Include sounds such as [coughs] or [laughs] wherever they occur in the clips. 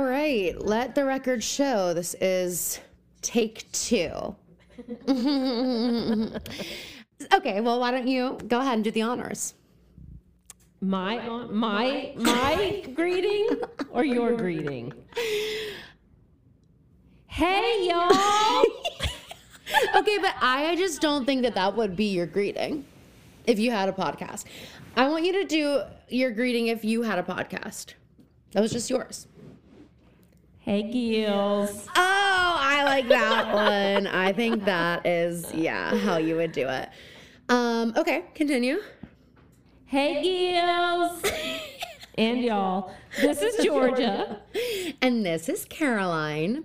right, let the record show this is take two. [laughs] okay, well, why don't you go ahead and do the honors? My on- my [laughs] my greeting or your greeting? Hey y'all. [laughs] okay, but I just don't think that that would be your greeting if you had a podcast. I want you to do your greeting if you had a podcast. That was just yours. Hey Gills. Oh, I like [laughs] that one. I think that is, yeah, how you would do it. Um, okay, continue. Hey Gills. And y'all. [laughs] This is Georgia. And this is Caroline.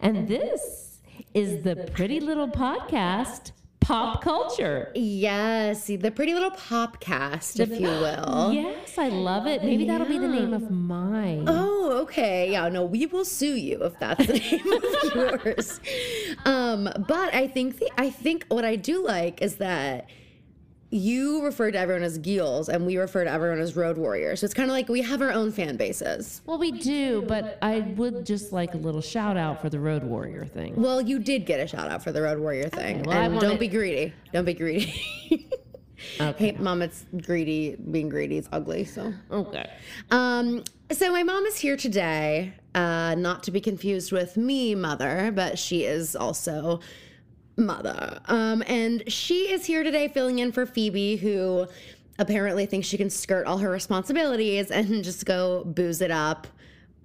And this is the pretty little podcast Pop Culture. Yes, the pretty little popcast, if [gasps] you will. Yes, I love it. Maybe that'll be the name of mine. Oh, okay. Yeah, no, we will sue you if that's the name of [laughs] yours. Um, but I think the I think what I do like is that you refer to everyone as Geels and we refer to everyone as Road Warriors. So it's kind of like we have our own fan bases. Well, we do, but I would just like a little shout out for the Road Warrior thing. Well, you did get a shout out for the Road Warrior thing. well, I and want don't it- be greedy. Don't be greedy. [laughs] Hey, mom, it's greedy. Being greedy is ugly. So. Okay. Um, so my mom is here today, uh, not to be confused with me, mother, but she is also mother. Um, and she is here today filling in for Phoebe, who apparently thinks she can skirt all her responsibilities and [laughs] just go booze it up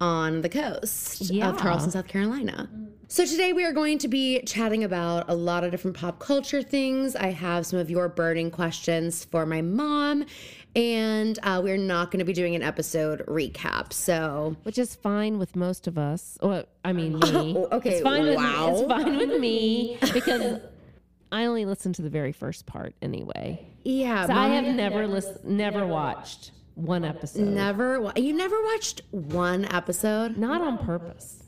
on the coast Yeah. of Charleston, South Carolina. So today we are going to be chatting about a lot of different pop culture things. I have some of your burning questions for my mom, and uh, we're not going to be doing an episode recap. So Which is fine with most of us. Well, I [laughs] mean me. Oh, okay, It's fine wow. with it's fine with [laughs] me because I only listened to the very first part anyway. yeah, So I mom, have never listened, never watched one episode. never wa- you never watched one episode. Not on purpose.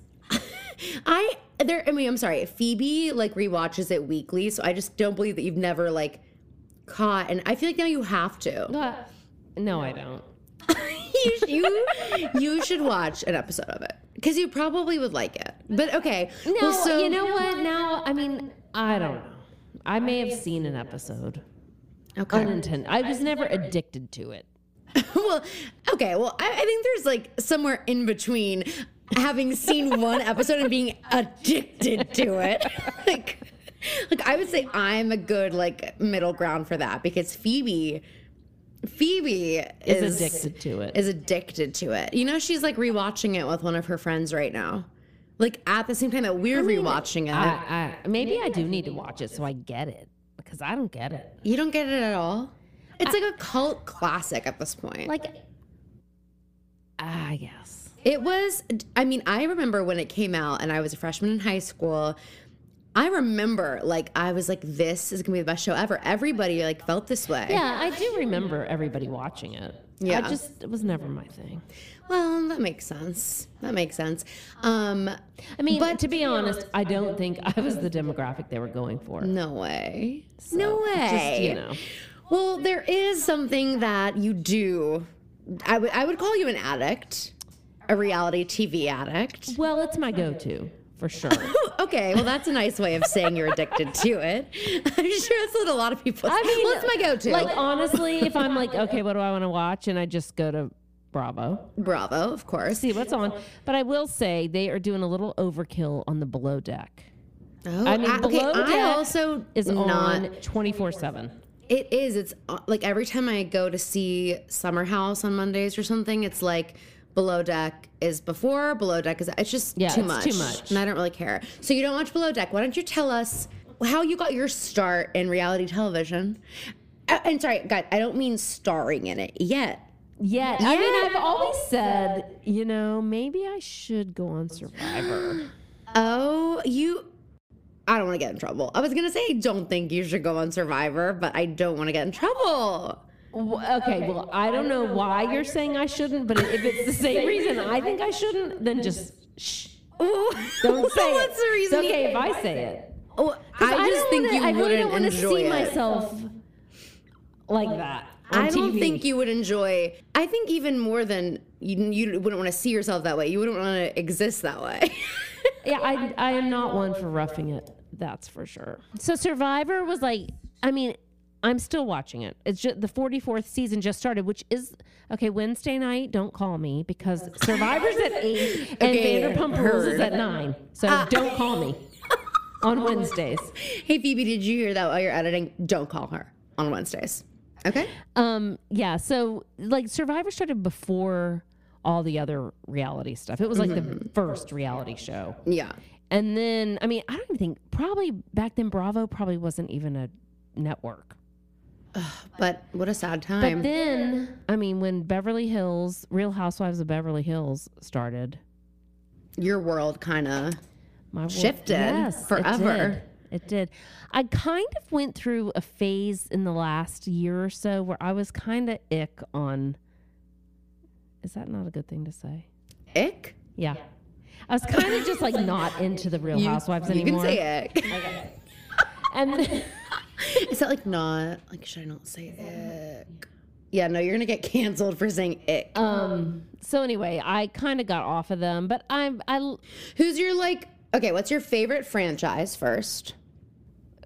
I there. I mean, I'm sorry. Phoebe like rewatches it weekly, so I just don't believe that you've never like caught. And I feel like now you have [laughs] to. But no, I don't. [laughs] you, you you should watch an episode of it because you probably would like it. But okay, no, No, you know what? Now, I mean, I don't know. I may have seen an episode. Okay. Unintended. I was never addicted to it. [laughs] well, okay. Well, I, I think there's like somewhere in between having [laughs] seen one episode and being addicted to it. [laughs] like, like I would say I'm a good like middle ground for that because Phoebe, Phoebe is, Is addicted to it. Is addicted to it. You know, she's like rewatching it with one of her friends right now. Like at the same time that we're rewatching it, I, I, maybe I do need to watch it so I get it because I don't get it. you don't get it at all. It's like a cult classic at this point. Like, Ah, I guess. It was, I mean, I remember when it came out and I was a freshman in high school. I remember, like, I was like, this is gonna be the best show ever. Everybody, like, felt this way. Yeah, I do remember everybody watching it. Yeah. I just, it was never my thing. Well, that makes sense. That makes sense. Um, I mean, but to be honest, I don't think I was the demographic they were going for. no way. no So, way. Just, you know. Well, there is something that you do. I would I would call you an addict, a reality TV addict. [laughs] Well, it's my go to for sure. Okay, well, that's a nice way of saying you're addicted to it. [laughs] I'm sure that's what a lot of people. I mean, well, it's my go-to. Like, honestly, if I'm like, okay, what do I want to watch? And I just go to Bravo. Bravo, of course. see what's on. But I will say they are doing a little overkill on the below deck. Oh, I mean, okay. below deck I also is not. on twenty four seven. It is. It's uh, like every time I go to see Summer House on Mondays or something, it's like below deck is before below deck is. It's just Yeah, too it's much. too much. and I don't really care. So you don't watch below deck. Why don't you tell us how you got your start in reality television? Uh, and sorry, God, I don't mean starring in it yet. Yet, I mean, Yeah. I've always said, you know, maybe I should go on Survivor. Oh, you. I don't want to get in trouble. I was gonna say I don't think you should go on Survivor, but I don't want to get in trouble. W- okay, well, I don't know why you're saying I shouldn't, but if it's the [laughs] same reason I think I shouldn't, then just shh. Ooh. [laughs] Don't say it. What's the reason? It's okay you- if I say it. Oh, I, just don't think wanna- you I really wouldn't don't wanna enjoy see it. myself like that. I don't TV. think you would enjoy. I think even more than you, you wouldn't want to see yourself that way. You wouldn't want to exist that way. [laughs] Yeah, I, I am not one for roughing it. That's for sure. So Survivor was like, I mean, I'm still watching it. It's just the 44th season just started, which is okay. Wednesday night, don't call me [laughs] because Survivor's at eight and Okay, Vanderpump Rules heard. is at nine. So don't call me [laughs] on Wednesdays. hey Phoebe, did you hear that while you're editing? Don't call her on Wednesdays. Okay. Um, yeah. So like Survivor started before all the other reality stuff. It was like Mm-hmm. the first reality show. Yeah. And then, I mean, I don't even think probably back then Bravo probably wasn't even a network. But what a sad But time. then, I mean, when Beverly Hills, Real Housewives of Beverly Hills started, Your world kind of. my world- Shifted yes, it forever. did. It did. I kind of went through a phase in the last year or so where I was kind of ick on. Is that not a good thing to say? Ick. Yeah. I was kind of just like not into the Real Housewives You can anymore. say ick. And then- [laughs] Is that like not like should I not say ick? Yeah, no, you're gonna get canceled for saying ick. um, so anyway, I kind of got off of them, but I'm I Who's your like? Okay, what's your favorite franchise first,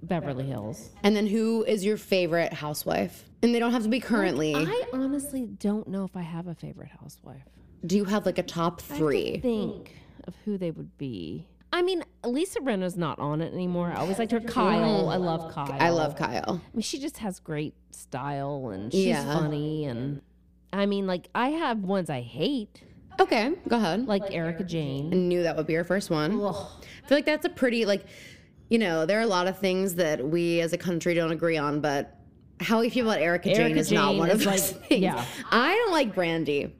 Beverly Hills. and then who is your favorite housewife? And they don't have to be currently. I honestly don't know if I have a favorite housewife. Do you have like a top three? Think of who they would be. I mean, Lisa Rinna's not on it anymore. I always liked her. Kyle, Mm. I love Kyle. I love Kyle. I mean, she just has great style and she's Yeah. funny and I mean, like I have ones I hate, Okay, go ahead. like Erica Jane. I knew that would be your first one. I feel like that's a pretty like, you know, there are a lot of things that we as a country don't agree on, but how we feel about Erica, Jane Erica is not Jane one of is those like- things. yeah. I don't like Brandy,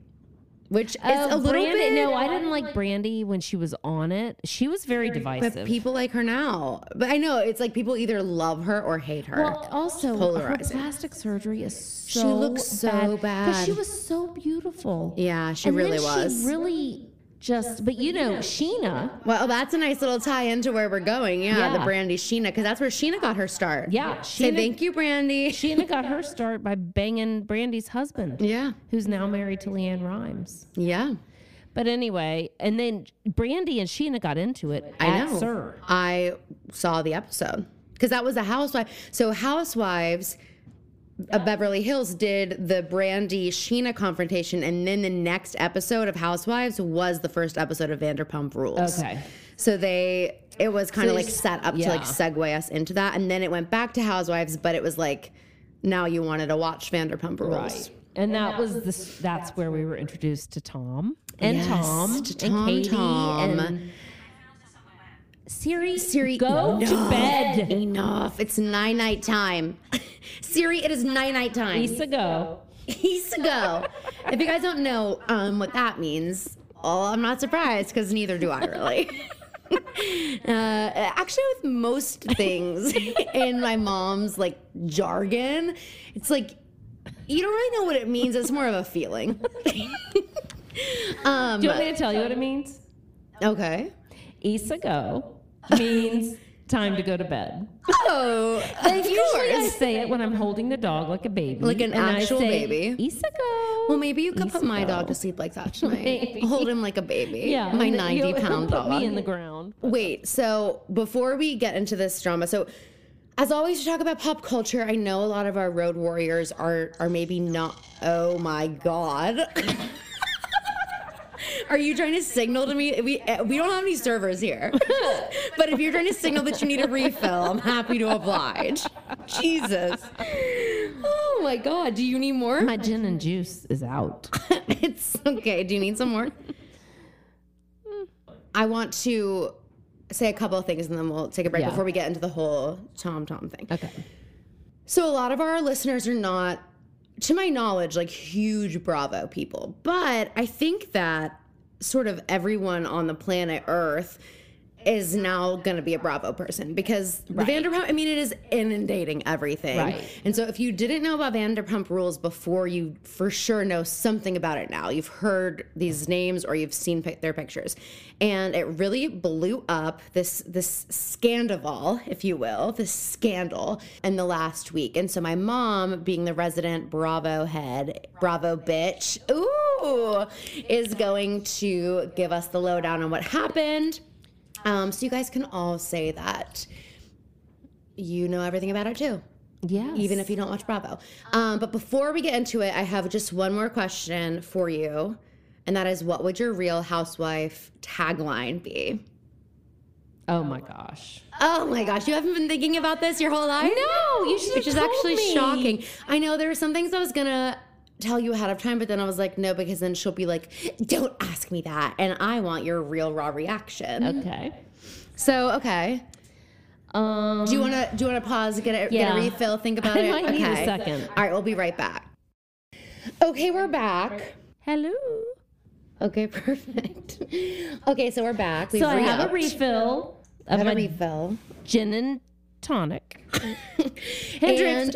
which Oh, is a little Brandy- bit. No, I didn't like Brandy when she was on it. She was very divisive. but people like her now. But I know it's like people either love her or hate her. Well, also, polarizing. her plastic surgery is so She looks so because she bad. was so beautiful. Yeah, she and really then was. She really just, but you know, Sheena. well, that's a nice little tie into where we're going. Yeah, the Yeah. Brandy Sheena, because that's where Sheena got her start. Yeah, Say Sheena- thank you, Brandy. Sheena got her start by banging Brandy's husband, Yeah. who's now married to Leanne Rhymes. Yeah. But anyway, and then Brandy and Sheena got into it. I at know. Sir. I saw the episode because that was a housewife. So Housewives of Beverly Hills did the Brandy Sheena confrontation, and then the next episode of Housewives was the first episode of Vanderpump Rules. Okay. So they it was kind of they like just- set up to like yeah. segue us into that, and then it went back to Housewives, but it was like now you wanted to watch Vanderpump Rules. Right. And that was this. That's where we were introduced to Tom and Yes, Tom to Tom, and Katie Tom. and Siri. Siri, go no. [gasps] to bed. Enough. It's nine night time. [laughs] Siri, it is nine night time. Lisa, go. He's go. if you guys don't know um, what that means, oh, I'm not surprised because neither do I really. [laughs] uh, actually, with most things [laughs] in my mom's like jargon, it's like you don't really know what it means. It's more of a feeling. [laughs] um, Do you want me to tell you what it means? okay. Isa go means time to go to bed. Oh, of Usually I course. say it when I'm holding the dog like a baby. Like an and I actual say, baby. Isa go. Well, maybe you could put my Isabel. dog to sleep like that tonight. [laughs] Maybe. Hold him like a baby. yeah, My and then you'll 90 pound put dog. me in the ground. Wait, so before we get into this drama, so as always, we talk about pop culture. I know a lot of our road warriors are are maybe not. Oh my god. [laughs] Are you trying to signal to me? We eh, we don't have any servers here, [laughs] but if you're trying to signal that you need a refill, I'm happy to oblige. Jesus. Oh my God. Do you need more? My gin and juice is out. [laughs] it's okay. Do you need some more? I want to say a couple of things and then we'll take a break Yeah. before we get into the whole Tom Tom thing. Okay. So, a lot of our listeners are not, to my knowledge, like huge Bravo people, but I think that sort of everyone on the planet Earth is now going to be a Bravo person because the Vanderpump, I mean, it is inundating everything. Right. And so if you didn't know about Vanderpump rules before, you for sure know something about it now. You've heard these names or you've seen pic- their pictures. And it really blew up this this scandal, if you will, this scandal in the last week. And so my mom, being the resident Bravo head, Bravo bitch, ooh, is going to give us the lowdown on what happened. Um, so you guys can all say that you know everything about it too Yeah. even if you don't watch Bravo. Uh-huh. Um, but before we get into it, I have just one more question for you, and that is, what would your Real Housewife tagline be? oh my gosh. Oh my gosh, you haven't been thinking about this your whole life? No, you should Which is have told actually me. shocking. I know there were some things I was gonna tell you ahead of time, but then I was like, no, because then she'll be like, don't ask me that, and I want your real raw reaction. Okay. So okay, Um. do you wanna do you wanna pause, get a, get Yeah. a refill, think about [laughs] I it? might need a second. All right, we'll be right back. Okay, we're back. Hello. Okay, [laughs] perfect. Okay, so we're back. We've So I have a re-upped. refill of Got a my refill. gin and tonic. Hendrix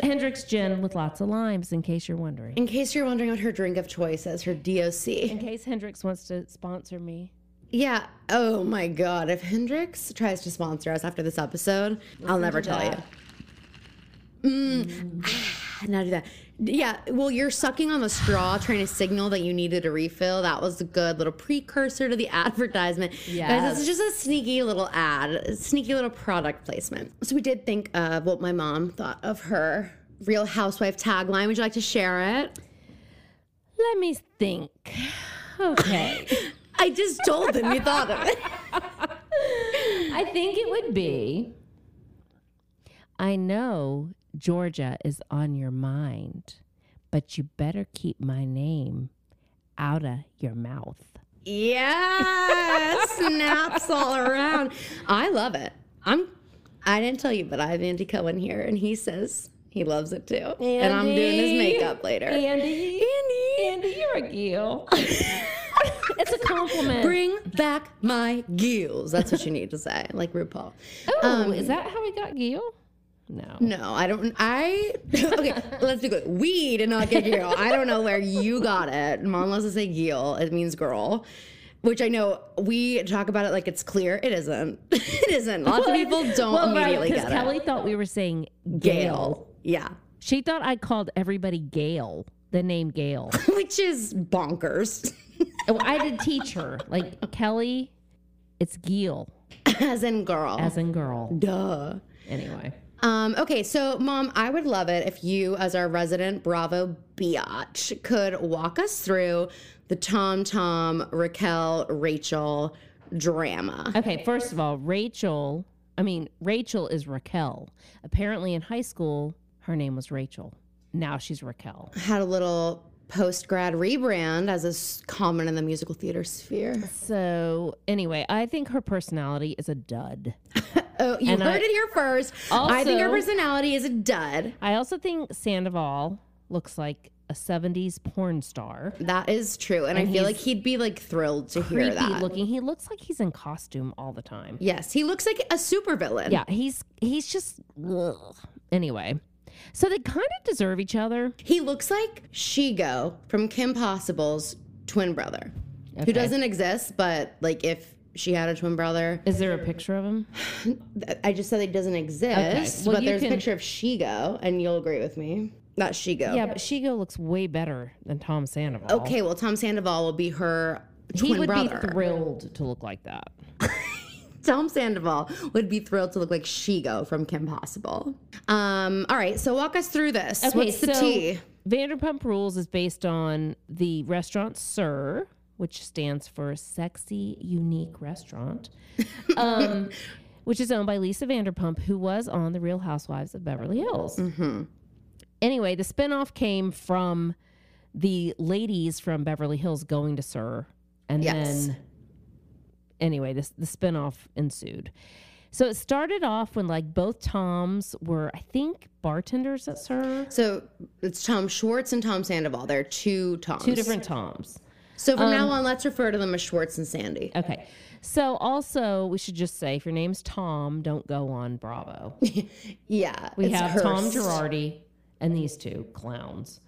And- Hendrix gin with lots of limes, in case you're wondering. In case you're wondering what her drink of choice is, her DOC. In case Hendrix wants to sponsor me. Yeah. Oh my God. If Hendrix tries to sponsor us after this episode, I'll never tell that. you. Mm. Ah, now do that. Yeah. Well, you're sucking on the straw, trying to signal that you needed a refill. That was a good little precursor to the [laughs] advertisement. Guys, this is just a sneaky little ad, a sneaky little product placement. So we did think of what my mom thought of her Real Housewife tagline. Would you like to share it? Let me think. Okay. I just told them you thought of it. I think it would be. I know Georgia is on your mind, but you better keep my name out of your mouth. Yeah, snaps all around. I love it. I'm. I didn't tell you, but I have Andy Cohen here, and he says he loves it too. And I'm doing his Andy. makeup later. Andy, Andy, you're a gill. [laughs] it's a compliment. Bring back my gills. That's what you need to say, like RuPaul. oh, is that how we got gill? No. No, I don't. I [laughs] okay. let's be good. We did not get Gil. I don't know where you got it. Mom loves to say Gil. It means girl, which I know we talk about it like it's clear. It isn't. [laughs] It isn't. Lots of people don't Well, right, immediately because get it. Kelly thought we were saying Gail. Gail. Yeah. [laughs] She thought I called everybody Gail, the name [laughs] Gail. Which is bonkers. [laughs] Oh, I did teach her. Like Kelly, it's Giel As in girl. as in girl. Duh. Anyway. Um, okay, so mom, I would love it if you, as our resident Bravo biatch, could walk us through the Tom Tom, Raquel, Rachel drama. Okay, first of all, Rachel, I mean, Rachel is Raquel. Apparently in high school, her name was Rachel. Now she's Raquel. Had a little post grad rebrand, as is common in the musical theater sphere. So, anyway, I think her personality is a dud. Oh, you And I- heard it here first. I think her Also- personality is a dud. I also think Sandoval looks like a 70s porn star. That is true, and, I feel like he'd be like thrilled to hear Creepy that. looking. He looks like he's in costume all the time. Yes, he looks like a supervillain. Yeah, he's he's just ugh. anyway. So they kind of deserve each other. He looks like Shigo from Kim Possible's twin brother, who doesn't exist, but like if she had a twin brother, Is there a picture of him? th- I just said it doesn't exist, Well, but you there's a can- picture of Shigo, and you'll agree with me. Not Shigo. Yeah, but Shigo looks way better than Tom Sandoval. Okay, well, Tom Sandoval will be her He twin would brother. be thrilled to look like that. Tom Sandoval would be thrilled to look like Shigo from Kim Possible. Um, all right, so walk us through this. What's the so tea? Vanderpump Rules is based on the restaurant Sir, which stands for Sexy Unique Restaurant, um, which is owned by Lisa Vanderpump, who was on The Real Housewives of Beverly Hills. Anyway, the spinoff came from the ladies from Beverly Hills going to Sir, and Yes. then anyway, this the spinoff ensued. So it started off when like both Toms were, I think, bartenders at Sir. So it's Tom Schwartz and Tom Sandoval. They're two Toms. Two different Toms. So from Um, now on, let's refer to them as Schwartz and Sandy. [laughs] Okay. So also, we should just say if your name's Tom, don't go [laughs] on Bravo. Yeah, We it's have Tom cursed. Girardi and these two clowns.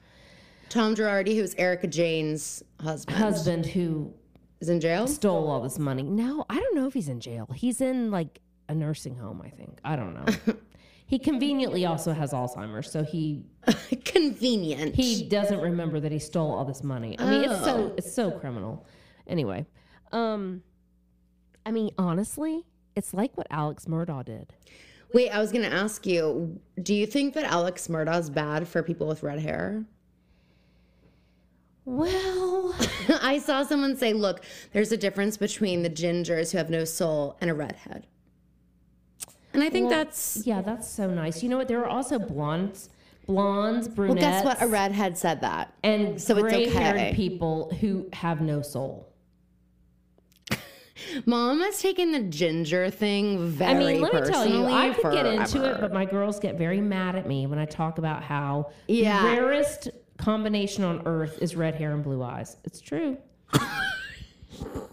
Tom Girardi, who's Erica Jane's husband, Husband who is in jail. [laughs] stole all this money. No, I don't know if he's in jail. He's in like a nursing home, I think. I don't [laughs] know. he conveniently also has Alzheimer's, so he Convenient. he doesn't remember that he stole all this money. I mean, it's Oh. so it's so criminal. Anyway, um I mean, honestly, it's like what Alex Murdaugh did. Wait, I was gonna ask you. Do you think that Alex Murdaugh's bad for people with red hair? [laughs] Well, I saw someone say, "Look, there's a difference between the gingers who have no soul and a redhead," and I think that's [laughs] yeah, that's so nice. You know what? There are also blondes, blondes, well. brunettes, Guess what? A redhead said that. and So it's gray-haired okay. people who have no soul. Mom has taken the ginger thing very I mean, let me tell you, personally I could get into forever. it, but my girls get very mad at me when I talk about how Yeah. the rarest combination on earth is red hair and blue eyes. [laughs] It's true.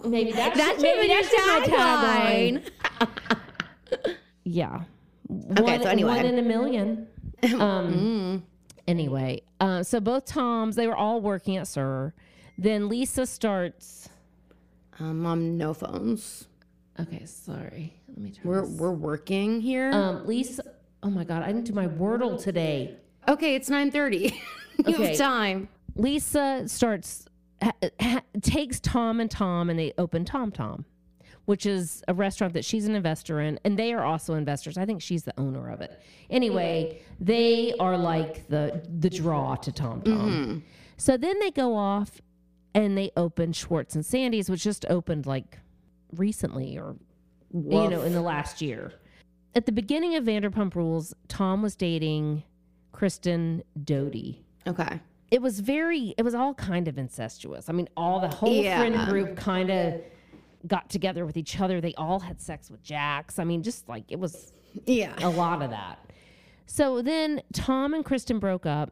maybe that That should, should maybe be your that should be my tagline. tagline. Yeah. one, so anyway. Mm. one in [laughs] a million. Um, Anyway, uh, so both Toms, they were all working at Sir. Then Lisa starts. Um, Mom, no phones. Okay, sorry. Let me try. We're we're working here. Um, Lisa. Oh my God, I didn't do my Wordle today. okay, it's nine thirty. [laughs] you Okay. have time. Lisa starts ha, ha, takes Tom and Tom and they open Tom Tom, which is a restaurant that she's an investor in, and they are also investors. I think she's the owner of it. Anyway, they are like the the draw to Tom Tom. So then they go off and they open Schwartz and Sandy's, which just opened like recently or you know in the last year. At the beginning of Vanderpump Rules, Tom was dating Kristen Doty Okay. it was very it was all kind of incestuous i mean all the whole Yeah. friend group kind of got together with each other they all had sex with jax i mean just like it was Yeah. a lot of that so then tom and kristen broke up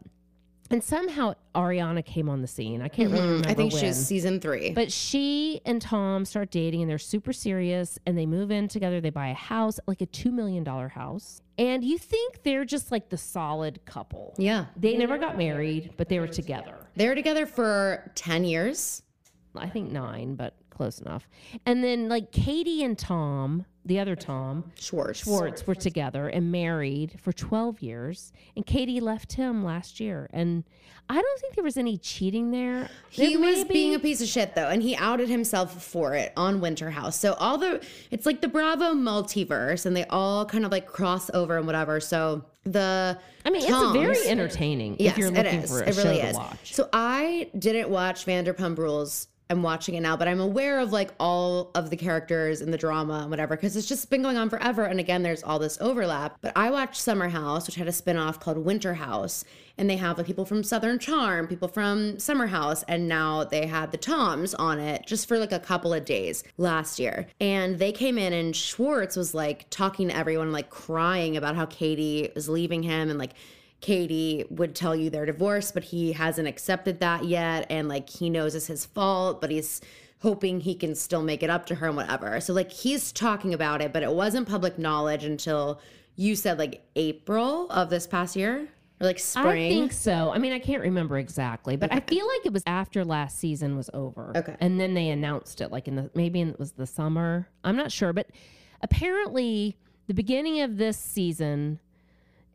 and somehow ariana came on the scene i can't really remember Mm-hmm. I think when. she's season three. But she and Tom start dating and they're super serious and they move in together. They buy a house, like a $2 million house. And you think they're just like the solid couple. yeah. They never got married, but they were together. They were together for 10 years. I think nine, but close enough. And then like Katie and Tom, the other Tom Schwartz. Schwartz, were together and married for 12 years. And Katie left him last year. And I don't think there was any cheating there. He There was may be- being a piece of shit though, and he outed himself for it on Winter House. So all the it's like the Bravo multiverse, and they all kind of like cross over and whatever. So the I mean, it's very Toms- entertaining if you're it looking is. for a it really show is. to watch. So I didn't watch Vanderpump Rules. I'm watching it now, but I'm aware of like all of the characters and the drama and whatever because it's just been going on forever. And again, there's all this overlap. But I watched Summer House, which had a spinoff called Winter House, and they have like people from Southern Charm, people from Summer House, and now they had the Toms on it just for like a couple of days last year. And they came in, and Schwartz was like talking to everyone, like crying about how Katie was leaving him and like Katie would tell you they're divorced, but he hasn't accepted that yet. And like he knows it's his fault, but he's hoping he can still make it up to her and whatever. So like he's talking about it, but it wasn't public knowledge until you said like April of this past year or like spring. I think so. I mean, I can't remember exactly, but I feel like it was after last season was over. Okay. And then they announced it, like in the maybe it was the summer. I'm not sure, but apparently the beginning of this season,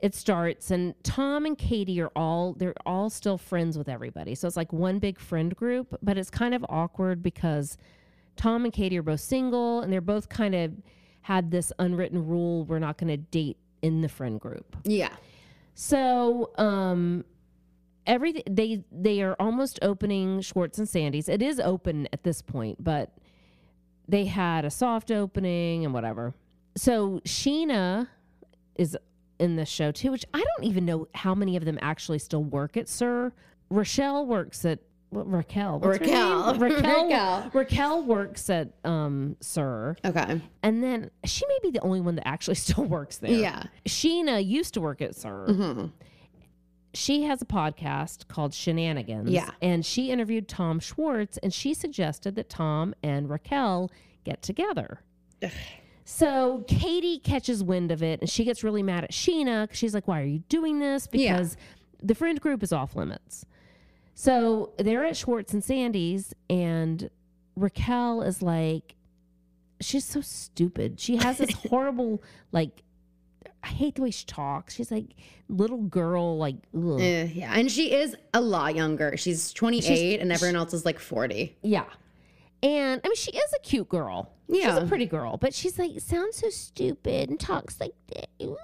it starts, and Tom and Katie are all they're all still friends with everybody. So it's like one big friend group, but it's kind of awkward because Tom and Katie are both single, and they're both kind of had this unwritten rule: we're not going to date in the friend group. yeah. So, um, everything they they are almost opening Schwartz and Sandy's. It is open at this point, but they had a soft opening and whatever. So Sheena is in the show too, which I don't even know how many of them actually still work at Sir. Rochelle works at what, Raquel. What's her Raquel. name? [laughs] Raquel. Raquel. Raquel. works at um, Sir, Okay. and then she may [laughs] be the only one that actually still works there. Yeah. Mm-hmm. Sheena used to work at Sir. she has a podcast called Shenanigans. Yeah. And she interviewed Tom Schwartz and she suggested that Tom and Raquel get together. So Katie catches wind of it and she gets really mad at Sheena 'cause she's like, Why are you doing this? Yeah. Because the friend group is off limits. So they're at Schwartz and Sandy's and Raquel is like, She's so stupid. She [laughs] has this horrible, like, I hate the way she talks. She's like little girl, like ugh. Eh, yeah, and she is a lot younger. She's 28, and everyone else is like 40. Yeah. And I mean, she is a cute girl. She's Yeah. a pretty girl, but she's like, sounds so stupid and talks like that. Ooh.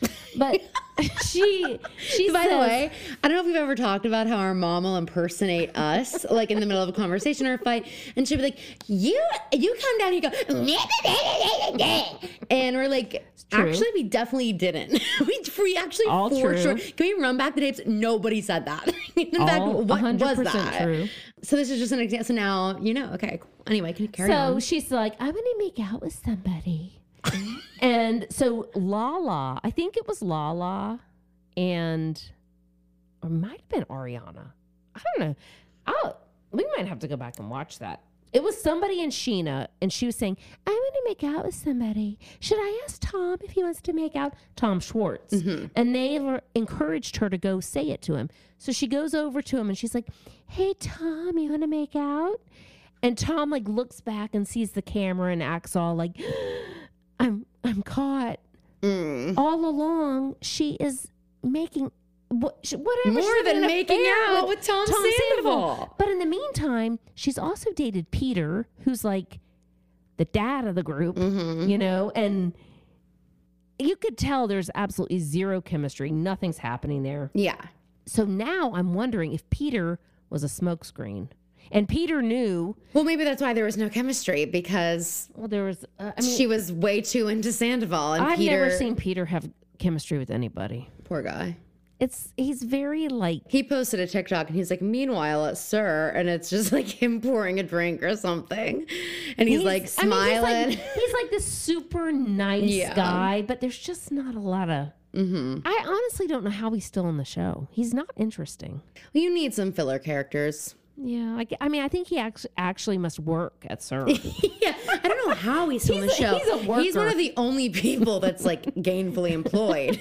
[laughs] But [laughs] she, she By the says- way, I don't know if we've ever talked about how our mom will impersonate us, like in the middle of a conversation or a fight, and she'll be like, "You, you come down here, and go," [laughs] and we're like, true. "Actually, we definitely didn't. [laughs] we, we actually All for true. sure. Can we run back the tapes? Nobody said that. [laughs] in fact, All what was 100% that? true. So this is just an example. So now you know. Okay. Cool. Anyway, can you carry so on? she's like, I'm going to make out with somebody. and so Lala, I think it was Lala and, or might have been Ariana. I don't know. I'll, we might have to go back and watch that. It was somebody in Sheena, and she was saying, I want to make out with somebody. Should I ask Tom if he wants to make out? Tom Schwartz. Mm-hmm. And they were, encouraged her to go say it to him. So she goes over to him and she's like, Hey, Tom, you want to make out? And Tom like looks back and sees the camera and acts all like, [gasps] "I'm I'm caught." Mm. All along, she is making what, she, whatever More she's than having an making affair out with Tom Sandoval. But in the meantime, she's also dated Peter, who's like the dad of the group, Mm-hmm. you know, and you could tell there's absolutely zero chemistry. Nothing's happening there. yeah. So now I'm wondering if Peter was a smokescreen. And Peter knew Well, maybe that's why there was no chemistry because Well, there was. Uh, I mean, she was way too into Sandoval and I've Peter. never seen Peter have chemistry with anybody. poor guy. It's he's very like He posted a TikTok and he's like, "Meanwhile, at Sir," and it's just [laughs] like him pouring a drink or something, and he's, like I mean, he's smiling. [laughs] like- [laughs] he's, like, this super nice Yeah. guy, but there's just not a lot of. Mm-hmm. I honestly don't know how he's still on the show. He's not interesting. you need some filler characters. Yeah, I, g- I mean, I think he act- actually must work at Sir. [laughs] [laughs] Yeah, I don't know how he's still on the He's a- show. he's a He's one worker. of the only people that's [laughs] like gainfully employed.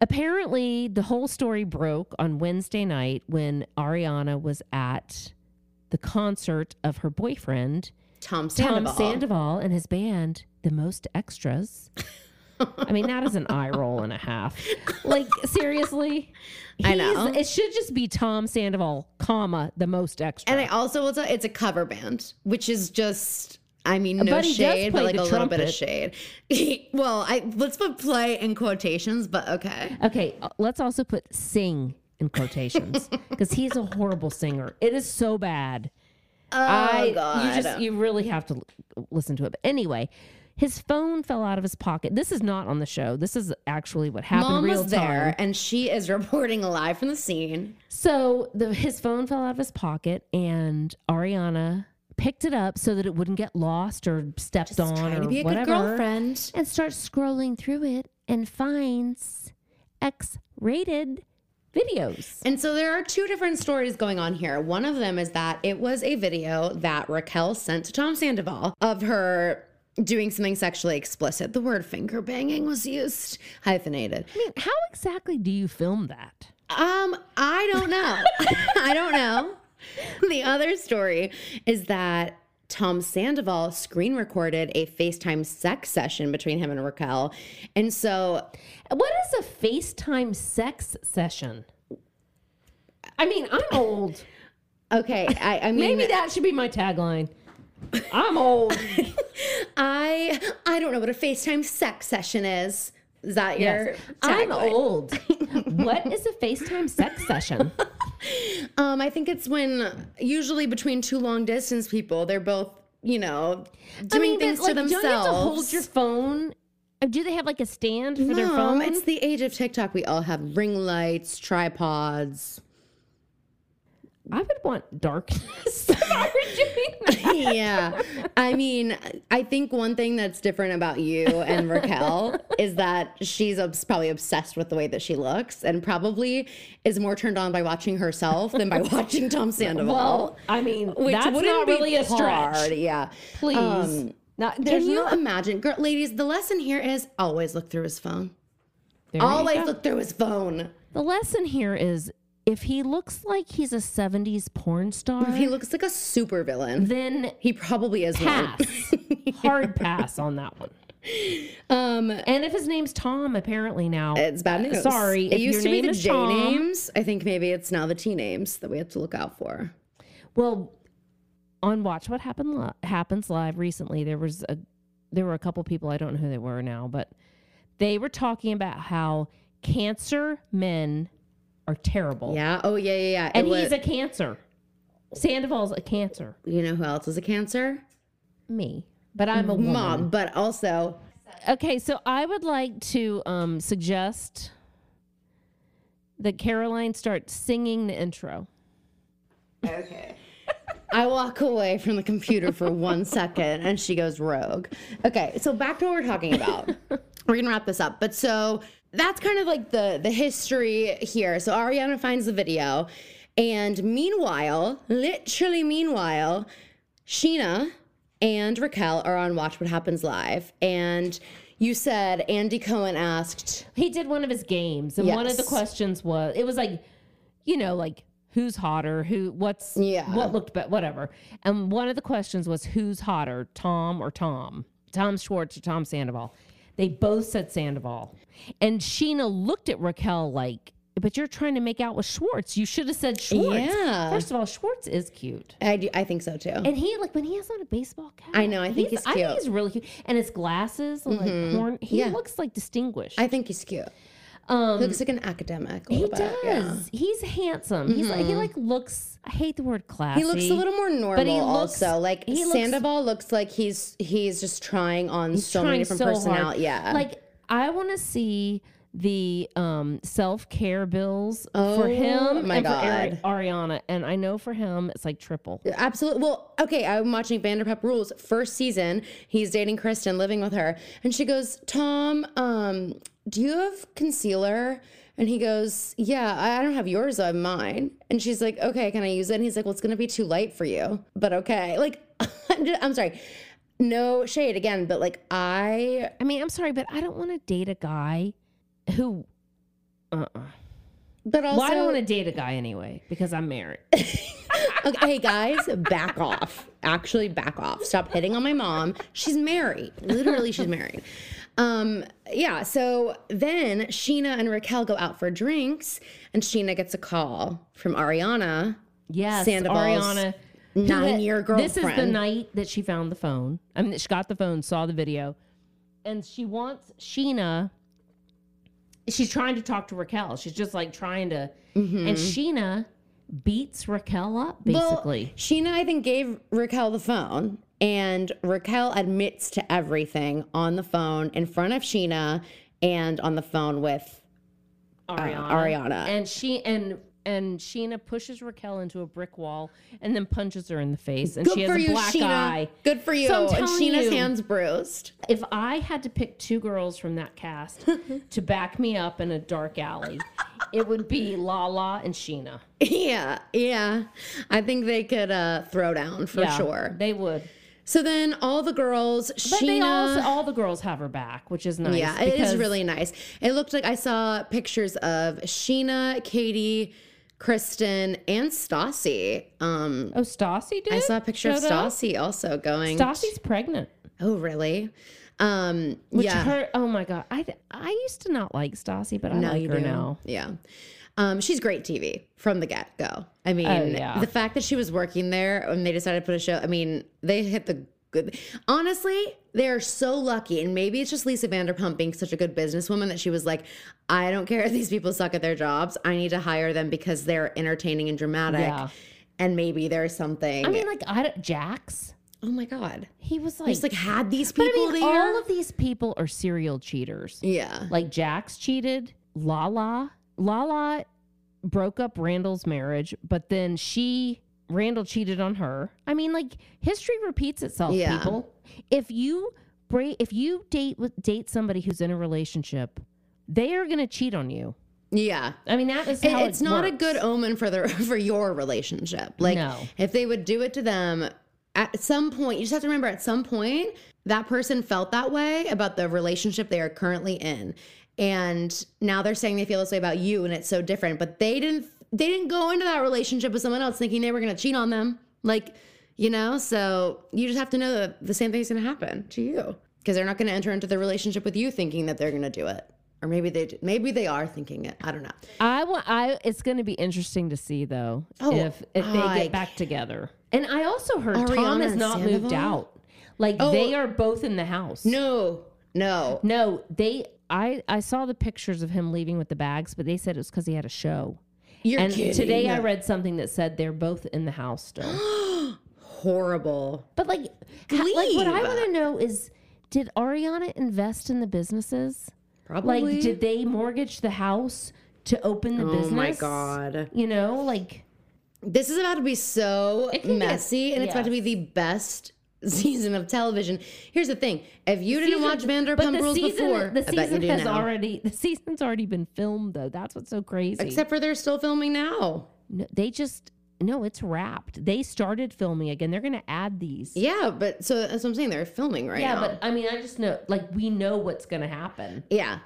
Apparently, the whole story broke on Wednesday night when Ariana was at the concert of her boyfriend. Tom Tom Sandoval. Sandoval and his band, The Most Extras. I mean, that is an eye roll and a half. Like, seriously? I He's- know. It should just be Tom Sandoval, comma, The Most Extra. And I also will tell it's a cover band, which is just I mean no But he does shade, but play like a the little bit of trumpet. shade. [laughs] well, I let's put play in quotations, but okay. okay, uh, let's also put sing [laughs] in quotations because he's a horrible singer. It is so bad. Oh I god. you just you really have to l- listen to it. But anyway, his phone fell out of his pocket. This is not on the show. This is actually what happened Mom real was time. there and she is [laughs] reporting live from the scene. So the, his phone fell out of his pocket, and Ariana picked it up so that it wouldn't get lost or stepped on Trying or to be a whatever, good girlfriend. and starts scrolling through it and finds X-rated videos. And so there are two different stories going on here. One of them is that it was a video that Raquel sent to Tom Sandoval of her doing something sexually explicit. The word finger banging was used, hyphenated. I mean, how exactly do you film that? Um, I don't know. [laughs] I don't know. The other story is that Tom Sandoval screen recorded a FaceTime sex session between him and Raquel. And so What is a FaceTime sex session? I mean, I'm old. okay, I, I mean [laughs] Maybe that should be my [laughs] tagline. I'm old. I I don't know what a FaceTime sex session is. Is that your Yes. I'm tagline? [laughs] old. What is a FaceTime sex session? Um, I think it's when usually between two long distance people, they're both, you know, doing but, things to like, themselves. Don't you have to hold your phone? Uh, Do they have like a stand for their Mom, phone? Um, It's the age of TikTok. We all have ring lights, tripods. I would want darkness [laughs] [laughs] if I were doing that. yeah. I mean, I think one thing that's different about you and Raquel is that she's obs- probably obsessed with the way that she looks and probably is more turned on by watching herself than by watching Tom Sandoval. Well, I mean, which that's wouldn't not be really a hard, stretch. Yeah. Please. Um, Now, Can there's you not- imagine? Girl, ladies, the lesson here is always look through his phone. There you Always go. look through his phone. The lesson here is if he looks like he's a 70s porn star, He looks like a super villain. then He probably is [laughs] one. pass. Hard pass on that one. Um, And if his name's Tom, apparently now. it's bad news. sorry, It if used your to be name the is J Tom- names. I think maybe it's now the T names that we have to look out for. Well, on Watch What Happened Li- Happens Live recently, there was a there were a couple people I don't know who they were now, but they were talking about how cancer men are terrible. Yeah. Oh yeah, yeah, yeah. It and was- he's a cancer. Sandoval's a cancer. you know who else is a cancer? Me, but I'm a woman. Mom, but also Okay, so I would like to um, suggest that Caroline start singing the intro. I walk away from the computer for one second and she goes rogue. Okay, so back to what we're talking about. [laughs] we're gonna wrap this up. But so that's kind of like the the history here. So Ariana finds the video, and meanwhile, literally meanwhile, Sheena and Raquel are on Watch What Happens Live. And you said Andy Cohen asked He did one of his games, and one of the Yes. questions was it was like, you know, like who's hotter, who what's Yeah. what looked better, whatever. And one of the questions was who's hotter, Tom or Tom, Tom Schwartz or Tom Sandoval. They both said Sandoval, and Sheena looked at Raquel like, "But you're trying to make out with Schwartz. You should have said Schwartz. Yeah. First of all, Schwartz is cute." I do I think so too. And he like when he has on a baseball cap. I know, I think he's I cute. Mm-hmm. think he's really cute, and his glasses are like horn. He Yeah. looks like distinguished. I think he's cute. um, He looks like an academic. A he little does. bit, yeah. Mm-hmm. He's handsome. He's like he like looks. I hate the word classy. He looks a little more normal, he looks- also. Like he looks- Sandoval looks like he's he's just trying on so many trying different so hard. personalities. Yeah, Like I want to see the um self care bills for him Oh my and God. for Ari- Ariana, and I know for him it's like triple. absolutely. Well, okay. I'm watching Vanderpump Rules first season. He's dating Kristen, living with her, and she goes, "Tom, um, do you have concealer?" And he goes, "Yeah, I I don't have yours. I have mine." And she's like, "Okay, can I use it?" And he's like, "Well, it's gonna be too light for you, but okay." [laughs] Like, I'm just- I'm sorry. No shade again, but like I I mean, I'm sorry, but I don't want to date a guy who. Uh. uh but also Well, I don't want to date a guy anyway because I'm married. [laughs] Okay, hey guys, back off. Actually, back off. Stop hitting on my mom. She's married. Literally, she's married. Um, yeah, so then Sheena and Raquel go out for drinks, and Sheena gets a call from Ariana. Yes, Sandoval's Ariana. nine-year This is the girlfriend. night that she found the phone. I mean, she got the phone, saw the video, and she wants Sheena. She's trying to talk to Raquel. She's just like trying to, and Sheena beats Raquel up basically. Mm-hmm. Well, Sheena, I think, gave Raquel the phone, and Raquel admits to everything on the phone in front of Sheena and on the phone with Ariana, uh, Ariana. and she and and Sheena pushes Raquel into a brick wall and then punches her in the face, and Good she has for a you, black Sheena. eye. Good for you. So I'm and telling Sheena's you- hands bruised. [laughs] if I had to pick two girls from that cast to back me up in a dark alley, it would be Lala and Sheena. Yeah, yeah. I think they could uh, throw down for Yeah, sure. They would. So then all the girls, But they also, Sheena. all the girls have her back, which is nice. yeah, it is because- really nice. It looked like I saw pictures of Sheena, Katie, Kristen, and Stassi. Um, Oh, Stassi did? I saw a picture of Showed up? Stassi also going. Stassi's pregnant. Oh, really? Um, Which yeah. her, oh my God. I th- I used to not like Stassi, but I No, like you her do. now. Yeah. Um, she's great TV from the get go. I mean, Oh, yeah. the fact that she was working there when they decided to put a show, I mean, they hit the good. Honestly, they're so lucky. And maybe it's just Lisa Vanderpump being such a good businesswoman that she was like, I don't care if these people suck at their jobs. I need to hire them because they're entertaining and dramatic. Yeah. And maybe there's something. I mean, like, I don't, Jax, oh my God. he was like, Just like had these but I people mean, there. all of these people are serial cheaters. yeah. Like Jax cheated, Lala, Lala broke up Randall's marriage, but then she Randall cheated on her. I mean, like history repeats itself, Yeah. people. If you break, if you date with date somebody who's in a relationship, they are going to cheat on you. Yeah. I mean, that is It- how it's not a works. good omen for the [laughs] for your relationship. Like No. if they would do it to them at some point, you just have to remember at some point that person felt that way about the relationship they are currently in. And now they're saying they feel this way about you and it's so different, but they didn't they didn't go into that relationship with someone else thinking they were going to cheat on them. Like, you know, so you just have to know that the same thing's going to happen to you because they're not going to enter into the relationship with you thinking that they're going to do it. Or maybe they maybe they are thinking it. I don't know. I want. I. It's going to be interesting to see though Oh, if if they I- get back together. And I also heard Tom Ariana has not moved Sandoval? out. Like they are both in the house. No, no. No, they. I I saw the pictures of him leaving with the bags, but they said it was because he had a show. You're and kidding. today I read something that said they're both in the house still. [gasps] Horrible. but like, ha- like what I Leave. want to know is, did Ariana invest in the businesses? Probably. Like, did they mortgage the house to open the business? Oh my god. You know, like This is about to be so can get- messy, and it's about to be the best [laughs] season of television. Here's the thing: if you didn't watch but Vanderpump the Rules season, before, the I bet you season do has now. already [laughs] the season's already been filmed though. That's what's so crazy. Except for they're still filming now. No, they just no, it's wrapped. They started filming again. They're going to add these. Yeah, but so that's what I'm saying. They're filming right Yeah, now. but I mean, I just know, like, we know what's going to happen. Yeah.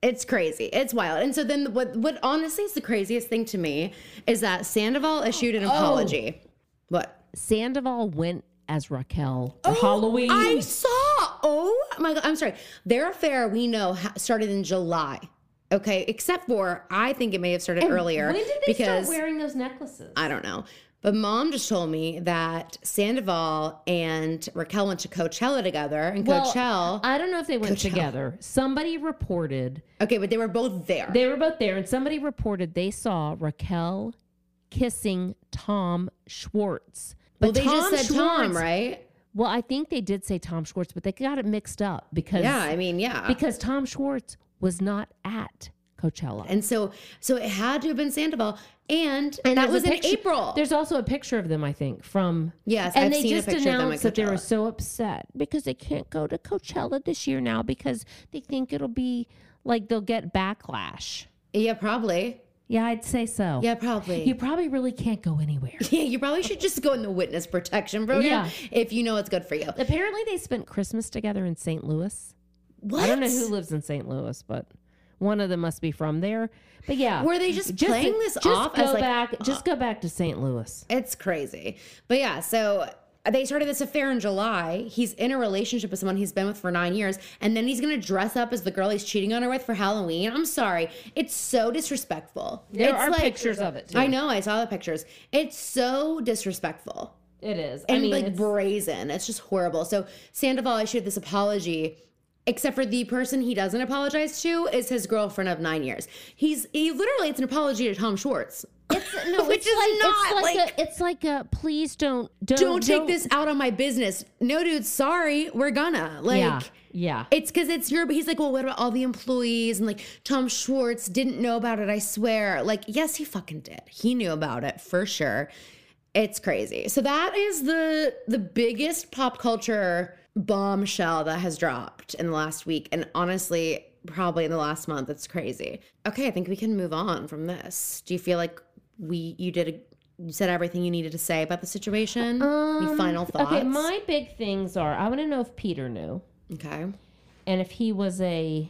It's crazy. It's wild. And so then what what honestly is the craziest thing to me is that Sandoval issued Oh. an apology. What? Sandoval went as Raquel for Halloween. I saw. Oh my god! I'm sorry. Their affair we know ha- started in July. Okay, except for I think it may have started earlier when did they because start wearing those necklaces? I don't know. But mom just told me that Sandoval and Raquel went to Coachella together, and Coachella. I don't know if they went together. Somebody reported okay, but they were both there. they were both there, and somebody reported they saw Raquel kissing Tom Schwartz. well, they just said Tom, Schwartz- right? Well, I think they did say Tom Schwartz, but they got it mixed up because Yeah, I mean, yeah. because Tom Schwartz was not at Coachella. and so, so it had to have been Sandoval, and, that there's was a in picture- April. There's also a picture of them, I think, from Yes, and I've they seen a just picture of them at announced that they were Coachella. so upset because they can't go to Coachella this year now because they think it'll be like they'll get backlash. yeah, probably. Yeah, I'd say so. Yeah, probably. you probably really can't go anywhere. [laughs] Yeah, you probably should just go in the witness protection program Yeah. if you know it's good for you. Apparently, they spent Christmas together in St. Louis. What? I don't know who lives in St. Louis, but one of them must be from there. But yeah, Were they just playing this just off Go as, like, uh, back, just go back to St. Louis. It's crazy. But yeah, so they started this affair in July. He's in a relationship with someone he's been with for nine years, and then he's gonna dress up as the girl he's cheating on her with for Halloween. I'm sorry, it's so disrespectful. There It's are like- pictures of it. Too. I know. I saw the pictures. It's so disrespectful. it is. and I mean, like it's- brazen. It's just horrible. So Sandoval issued this apology, except for the person he doesn't apologize to is his girlfriend of nine years. He's he literally it's an apology to Tom Schwartz. Oh, No, Which it's is like, not, it's like, like- a, it's like a please don't don't Don't take this out on my business. No, dude, sorry, we're gonna like. Yeah, yeah. It's because it's your. He's like, well, what about all the employees? And like, Tom Schwartz didn't know about it. I swear. Like, yes, he fucking did. He knew about it for sure. It's crazy. So that is the the biggest pop culture bombshell that has dropped in the last week, and honestly, probably in the last month. It's crazy. Okay, I think we can move on from this. Do you feel like we you did a, you said everything you needed to say about the situation? Any final thoughts? Um, Okay, my big things are I want to know if Peter knew Okay. and if he was a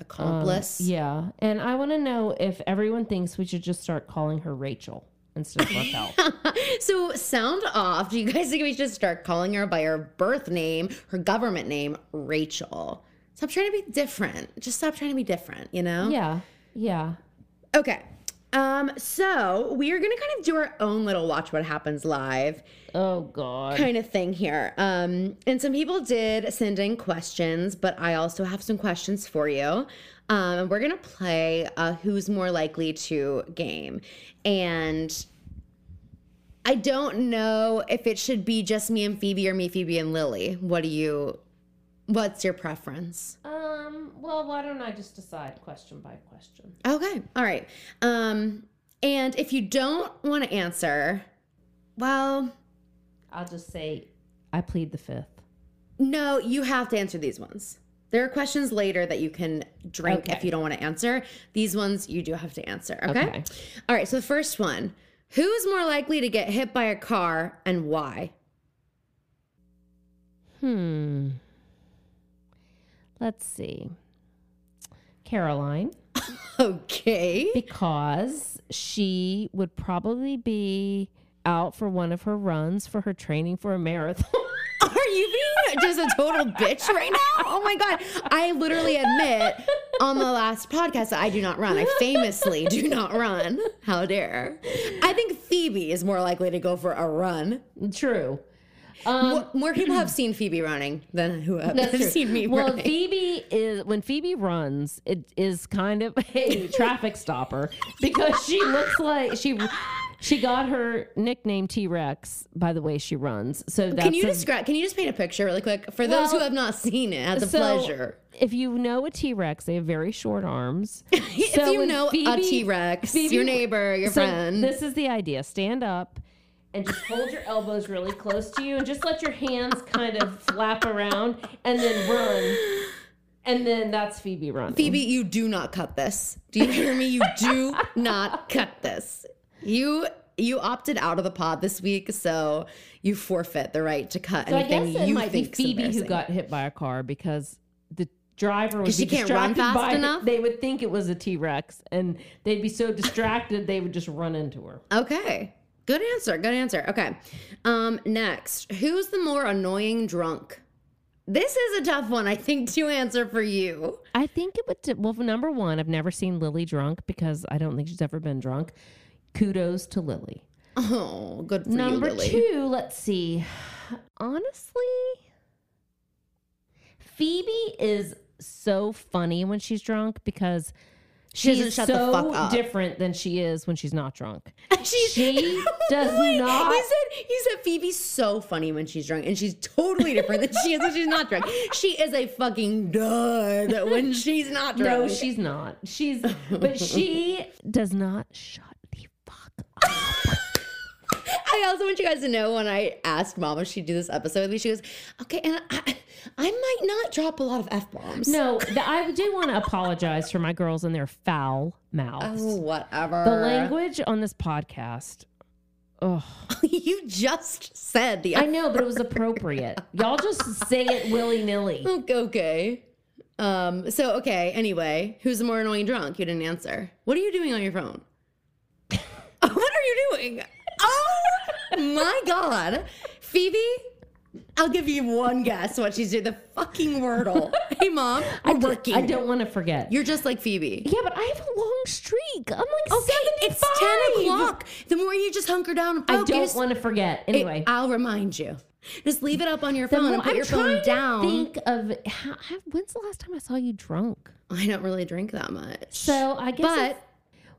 um, Accomplice. yeah, and I want to know if everyone thinks we should just start calling her Rachel instead [laughs] of Raquel. So sound off. Do you guys think we should start calling her by her birth name, her government name, Rachel? Stop trying to be different. Just stop trying to be different, you know? yeah, yeah. Okay. Um, so we are gonna kind of do our own little watch what happens live Oh God. kind of thing here. Um, and some people did send in questions, but I also have some questions for you. Um, and we're gonna play uh, who's more likely to game, and I don't know if it should be just me and Phoebe or me, Phoebe and Lily. What do you? What's your preference? Um. Well, why don't I just decide question by question? Okay. All right. Um, and if you don't want to answer, well, I'll just say I plead the fifth. no, you have to answer these ones. There are questions later that you can drink if Okay. you don't want to answer. These ones you do have to answer. Okay? All right. So the first one Who is more likely to get hit by a car and why? Hmm. Let's see. Caroline, Okay. because she would probably be out for one of her runs for her training for a marathon. [laughs] Are you being just a total bitch right now? Oh my god. I literally admit on the last podcast that I do not run. I famously do not run. How dare. I think Phoebe is more likely to go for a run. True. Um, Mo- more people have seen Phoebe running than who [laughs] have seen me well, running. Phoebe is when Phoebe runs, it is kind of a [laughs] traffic stopper because she looks like she she got her nickname T Rex by the way she runs. So that's can you a- describe can you just paint a picture really quick for those who have not seen it at the so- pleasure? if you know a T Rex, they have very short arms. [laughs] if you know a T Rex, Phoebe- your neighbor, your So friend. This is the idea. Stand up and just hold your elbows really close to you and just let your hands kind of flap around and then run. And then that's Phoebe running. Phoebe, you do not cut this. Do you hear me? You [laughs] do not cut this. You you opted out of the pod this week, so you forfeit the right to cut So I anything guess it you might be think Phoebe who got hit by a car because the driver would 'Cause be she can't run distracted fast by it. enough? They would think it was a T Rex and they'd be so distracted they would just run into her. Okay. Good answer. Good answer. Okay. Um, next, who's the more annoying drunk? This is a tough one, I think, to answer for you. I think it would. de- well, number one, I've never seen Lily drunk because I don't think she's ever been drunk. Kudos to Lily. Oh, good for number you, Lily. two, let's see. Honestly, Phoebe is so funny when she's drunk because she doesn't is shut the so fuck up. different than she is when she's [laughs] not drunk. [laughs] She's, She does Wait, not- He said he said Phoebe's so funny when she's drunk, and she's totally different than she is when she's not drunk. She is a fucking dud when she's not drunk. No, she's not. She's [laughs] but she does not shut the fuck up. I also want you guys to know when I asked mom if she'd do this episode with me, she goes, "Okay, and I, I might not drop a lot of f bombs. No, th- I do want to apologize for my girls and their foul mouths. oh, whatever. The language on this podcast. Oh, [laughs] you just said the. [laughs] I know, but it was [laughs] appropriate. Y'all just say it willy nilly. okay. Um. So okay. Anyway, who's the more annoying drunk? You didn't answer. What are you doing on your [laughs] phone? [laughs] what are you doing? Oh my god, Phoebe. I'll give you one guess what she's doing. The fucking Wordle. Hey mom, we're working. [laughs] I don't want to forget. You're just like Phoebe. yeah, but I have a long streak. I'm like Okay, it's ten o'clock. The more you just hunker down and I focus, don't want to forget. it- Anyway, I'll remind you. Just leave it up on your The phone mo- and put I'm your trying phone to down. Think of how, how, when's the last time I saw you drunk? I don't really drink that much. So I guess. But- it's-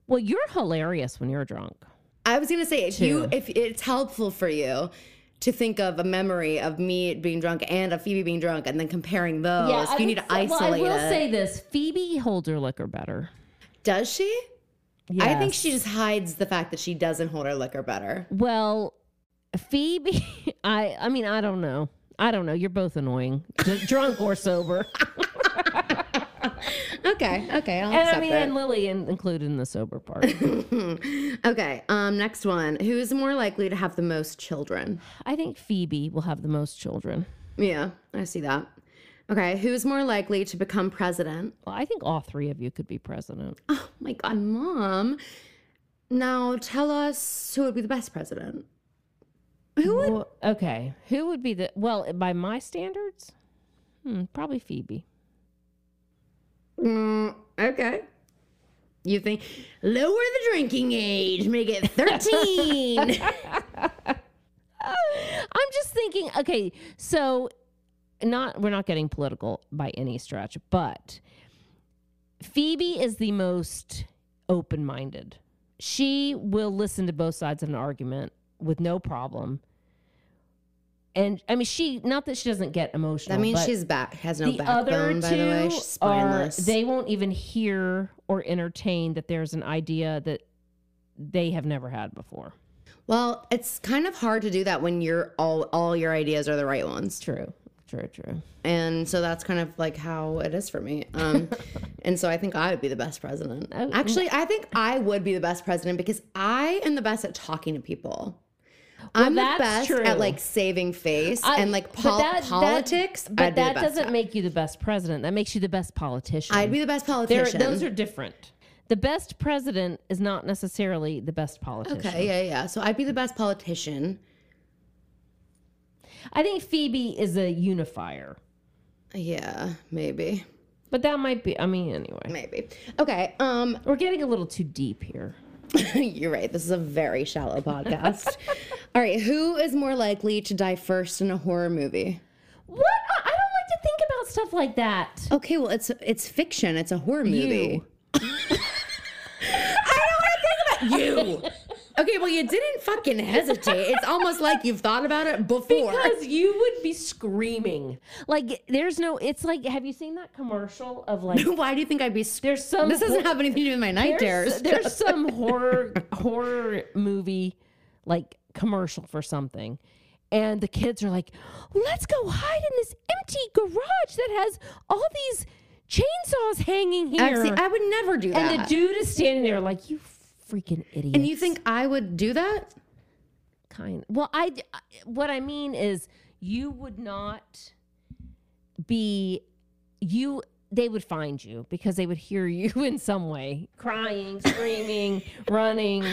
well, you're hilarious when you're drunk. I was gonna say if you if it's helpful for you to think of a memory of me being drunk and of Phoebe being drunk and then comparing those, Oh, you need to isolate Well, I will it. say this: Phoebe holds her liquor better. Does she? I think she just hides the fact that she doesn't hold her liquor better. Well, Phoebe, [laughs] I. I mean, I don't know. I don't know. You're both annoying, d- drunk or sober. Okay, okay, I'll and I accept mean, and Lily in, included in the sober part. that. [laughs] Okay, um, next one. Who is more likely to have the most children? I think Phoebe will have the most children. Yeah, I see that. Okay, who is more likely to become president? Well, I think all three of you could be president. Oh my god, mom. Now tell us who would be the best president. Who would? okay. Who would be the? Well, by my standards, hmm, probably Phoebe. Mm, okay. You think lower the drinking age, make it 13. I'm just thinking. Okay, so not we're not getting political by any stretch, but Phoebe is the most open-minded. She will listen to both sides of an argument with no problem. and I mean, she not that she doesn't get [laughs] emotional. That means but she's back has no the other backbone. By the way, two she's are spineless. they won't even hear or entertain that there's an idea that they have never had before. well, it's kind of hard to do that when you're all all your ideas are the right ones. True, true, true. and so that's kind of like how it is for me [laughs] um, and so i think i would be the best president Oh, actually i think i would be the best president because i am the best at talking to people i'm the that's best true. at like saving face I- and like but pol- that- that- politics but I'd be the that best doesn't at. make you the best president. That makes you the best politician. i'd be the best They're- politician those are different. The best president is not necessarily the best politician. okay yeah yeah so i'd be the best politician I think Phoebe is a unifier, yeah maybe but that might be. I mean, anyway, maybe okay um [laughs] we're getting a little too deep here. You're right. This is a very shallow [laughs] podcast. All right. Who is more likely to die first in a horror movie? What? I- I don't like to think about stuff like that. Okay, well, it's it's fiction. It's a horror [laughs] movie. You. I don't want to think about you. Okay, well, you didn't fucking hesitate. It's almost like you've thought about it before. Because you would be screaming. Like, there's no, it's like, have you seen that commercial of [laughs] like, Why do you think I'd be? Sc- there's some. this hor- doesn't have anything to do with my night there's, terrors. [laughs] there's [laughs] some horror horror movie like commercial for something and the kids are like let's go hide in this empty garage that has all these chainsaws hanging here Actually, I would never do that. and the dude is standing there like you freaking idiot and you think I would do that? kind well I, I what i mean is you would not be you they would find you because they would hear [laughs] you in some way crying screaming running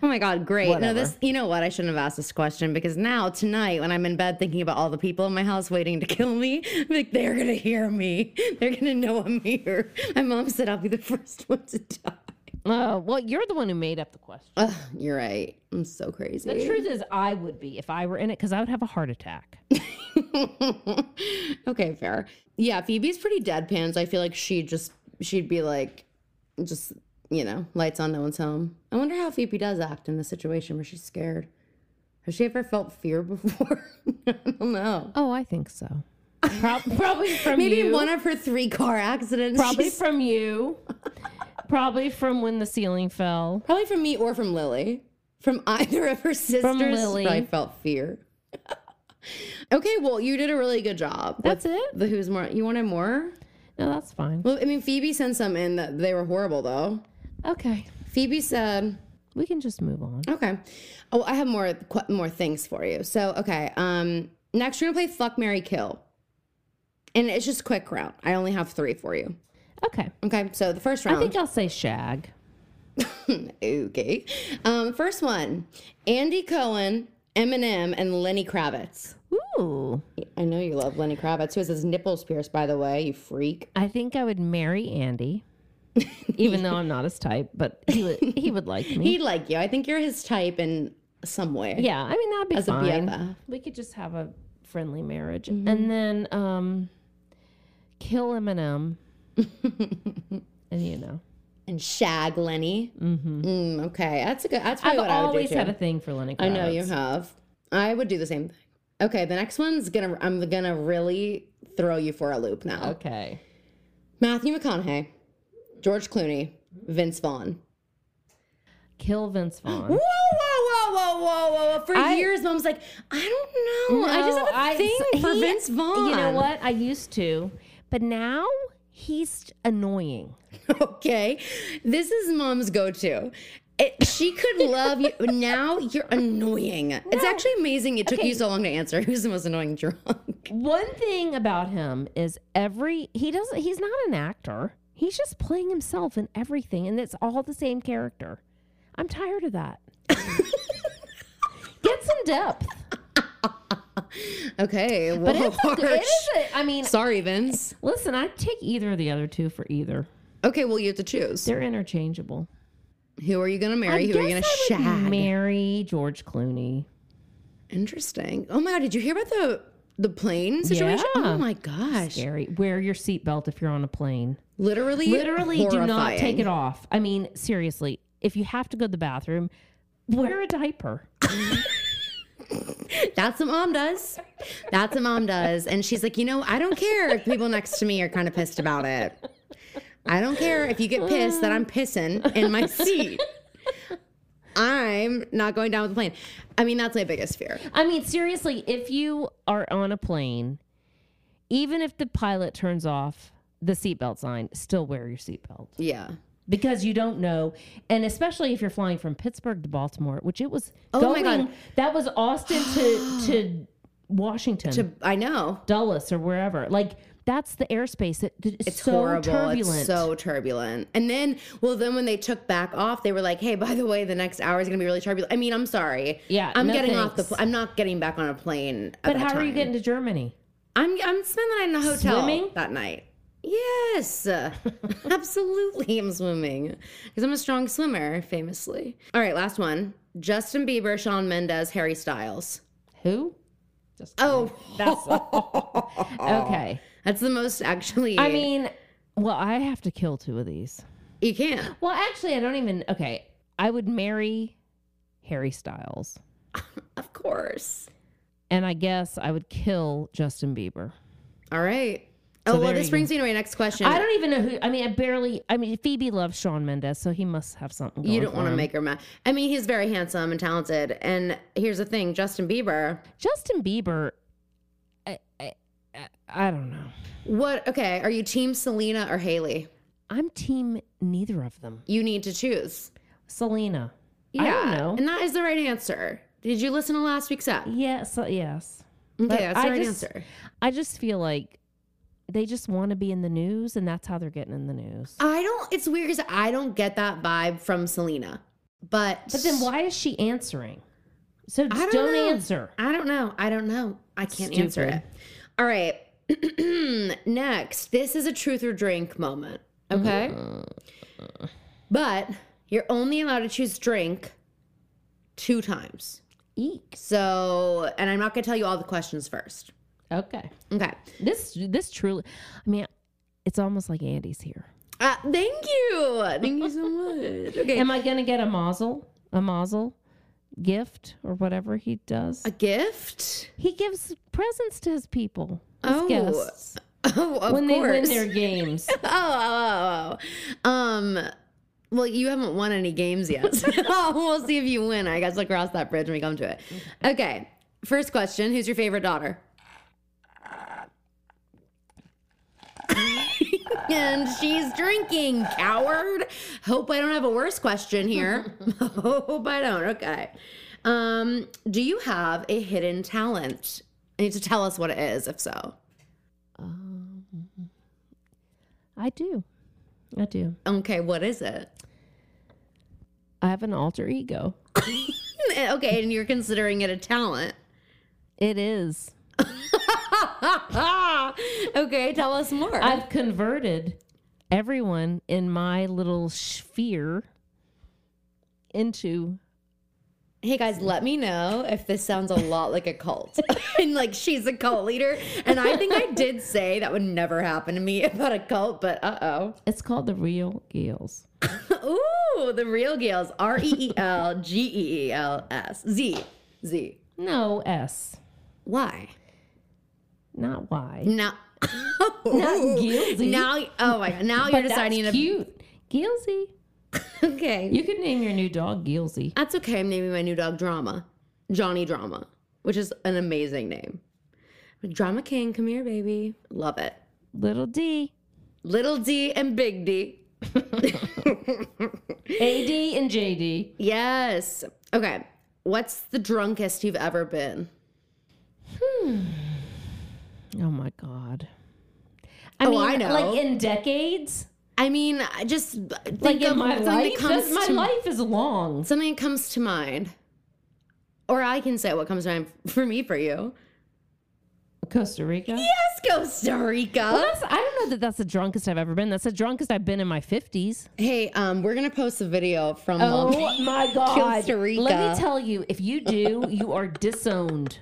Oh my god, great. No, Whatever. this you know what? I shouldn't have asked this question because now tonight when I'm in bed thinking about all the people in my house waiting to [laughs] kill me, I'm like they're gonna hear me. They're gonna know I'm here. My mom said I'll be the first one to die. Uh, well, you're the one who made up the question. Ugh, you're right. I'm so crazy. The truth is, I would be if I were in it because I would have a heart attack. [laughs] okay, fair. Yeah, Phoebe's pretty deadpan, so I feel like she just she'd be like, just you know, lights on, no one's home. I wonder how Phoebe does act in the situation where she's scared. Has she ever felt fear [laughs] before? I don't know. Oh, I think so. Prob- [laughs] probably from Maybe you. one of her three car accidents. probably She's- from you. Probably from when the ceiling fell. probably from me or from Lily. From [laughs] either of her sisters, Lily. I felt fear. [laughs] okay, well, you did a really good job. That's with it? The who's more? You wanted more? No, that's fine. Well, I mean, Phoebe sent some in that they were horrible, though. Okay, Phoebe said, we can just move on. "Okay, oh, I have more qu- more things for you." So, okay, um, next we're gonna play Fuck Mary Kill, and it's just quick round. I only have three for you. Okay, Okay, so the first round. I think I'll say shag. [laughs] okay, um, first one: Andy Cohen, Eminem, and Lenny Kravitz. Ooh, I know you love Lenny Kravitz, who has his nipples pierced, by the way. You freak. I think I would marry Andy, even though I'm not his type, but he would he would [laughs] like me. He'd like you. I think you're his type in some way. Yeah, I mean that'd be a fine. BFF. we could just have a friendly marriage, Mm-hmm. and then um, kill Eminem, and you know, And shag Lenny. Mm-hmm. Mm, okay, that's a good. That's I've probably what I would do always too. had a thing for Lenny. Kravitz. I know you have. I would do the same thing. Okay, the next one's gonna. I'm gonna really throw you for a loop now. Okay, Matthew McConaughey, George Clooney, Vince Vaughn. kill Vince Vaughn. Whoa, whoa, whoa, whoa, whoa, whoa! For I- years, mom's like, I don't know. I just have a I- thing for he- Vince Vaughn. You know what? I used to, but now he's annoying. [laughs] Okay, this is mom's go-to. It, she could [laughs] love you. Now you're annoying. It's actually amazing. It took you so long to answer. [laughs] Who's the most annoying drunk? [laughs] One thing about him is every he doesn't he's not an actor. He's just playing himself in everything and it's all the same character. I'm tired of that. Get [laughs] some depth. Oh, Okay, well, But it's a, it is a, I mean, Sorry, Vince. listen, I'd take either of the other two for either. Okay, well, you have to choose. They're interchangeable. Who are you going to marry? Who are you going to I would shag? marry George Clooney. Interesting. Oh my God, did you hear about the the plane situation? Yeah. Oh my gosh. Gary, wear your seatbelt if you're on a plane. Literally, Literally do not horrifying. take it off. I mean, seriously, if you have to go to the bathroom, wear a diaper. That's what mom does. That's what mom does. And she's like, you know, I don't care if people next to me are kind of pissed about it. I don't care if you get pissed that I'm pissing in my seat. I'm not going down with the plane. I mean, that's my biggest fear. I mean, seriously, if you are on a plane, even if the pilot turns off the seatbelt sign, still wear your seatbelt Yeah. because you don't know. And especially if you're flying from Pittsburgh to Baltimore, which it was Oh my going, God. that was Austin [gasps] to, to Washington, To, I know. Dulles or wherever. Like, that's the airspace. It, it's, It's so horrible. turbulent. It's so turbulent. And then, well, then when they took back off, they were like, "Hey, by the way, the next hour is going to be really turbulent." I mean, I'm sorry. Yeah, I'm no getting off the. Pl- thanks. I'm not getting back on a plane. at that but how are you time. getting to Germany? I'm I'm spending the night in a hotel Swimming? that night. [laughs] Yes, absolutely. I'm swimming because I'm a strong swimmer, famously. All right, last one: Justin Bieber, Sean Mendez, Harry Styles. Who? Oh, That's [laughs] okay. that's the most [laughs] actually. I mean, well, I have to kill two of these. you can't. Well, actually, I don't even. Okay, I would marry Harry Styles, Of course. and I guess I would kill Justin Bieber. All right. So oh well, there this you brings me to my next question. I don't even know who. I mean, I barely. I mean, Phoebe loves Sean Mendes, so he must have something. Going You don't for want to him. make her mad. I mean, he's very handsome and talented. And here's the thing, Justin Bieber. Justin Bieber. I, I, I- I don't know. What? Okay, are you team Selena or Haley? I'm team neither of them. You need to choose. Selena. I don't know. And that is the right answer. Did you listen to last week's app? Okay, Yes. uh, Yes. But that's the I right just- answer. I just feel like they just want to be in the news, and that's how they're getting in the news. I don't. It's weird because I don't get that vibe from Selena. But But then why is she answering? So I don't just don't, know. answer. I don't know. I don't know. I can't answer Stupid. it. All right. [clears throat] Next, this is a truth or drink moment. Okay. But you're only allowed to choose drink two times. Eek. So, and I'm not going to tell you all the questions first. Okay. Okay. This this truly, I mean, it's almost like Andy's here. Uh, thank you. Thank you [laughs] so much. Okay. Am I gonna get a mazel, a mazel gift or whatever he does? a gift? Uh, He gives presents to his people, his Oh, guests Oh, [laughs] of when they course. win [laughs] their games. [laughs] oh, oh, oh, oh. Um, well, you haven't won any games [laughs] yet. [laughs] So we'll see if you win. I guess we'll cross that bridge when we come to it. Okay. First question Who's your favorite daughter? [laughs] and she's drinking, coward. Hope I don't have a worse question [laughs] here. [laughs] Hope I don't. Okay. Um, do you have a hidden talent? You need to tell us what it is, if so. I do, I do. Okay, what is it? I have an alter ego. [laughs] okay, and you're considering it a talent. [laughs] It is. okay, tell us more. I've converted everyone in my little sphere into hey guys, let me know if this sounds a lot like a cult. [laughs] and like she's a cult leader. And I think I did say that would never happen to me about a cult, but uh It's called the Real Gills. oh. [laughs] Ooh, the real Gales. R E E L G E E L S. Z. Z. No S, Why? not Y. Now [laughs] Ooh. guilty. Now oh my god, now you're deciding that's to cute. Gilsey. [laughs] Okay. You could name your new dog Gilsey. That's okay. I'm naming my new dog Drama, Johnny Drama, which is an amazing name. Drama King, come here, baby. Love it. Little D, Little D and Big D. [laughs] A D, and J D. Yes. Okay. What's the drunkest you've ever been? Oh my God. I Oh, mean, I know. like in decades, I mean, I just think like of in my something life, that comes That's- my to life is long. something that comes to mind. Or I can say what comes to mind for me for you. Costa Rica. Yes, Costa Rica. Well, that's, I don't know that that's the drunkest I've ever been. That's the drunkest I've been in my fifties. Hey, um, we're gonna post a video from um, Oh my God! Costa Let Rica. [laughs] me tell you, if you do, you are disowned.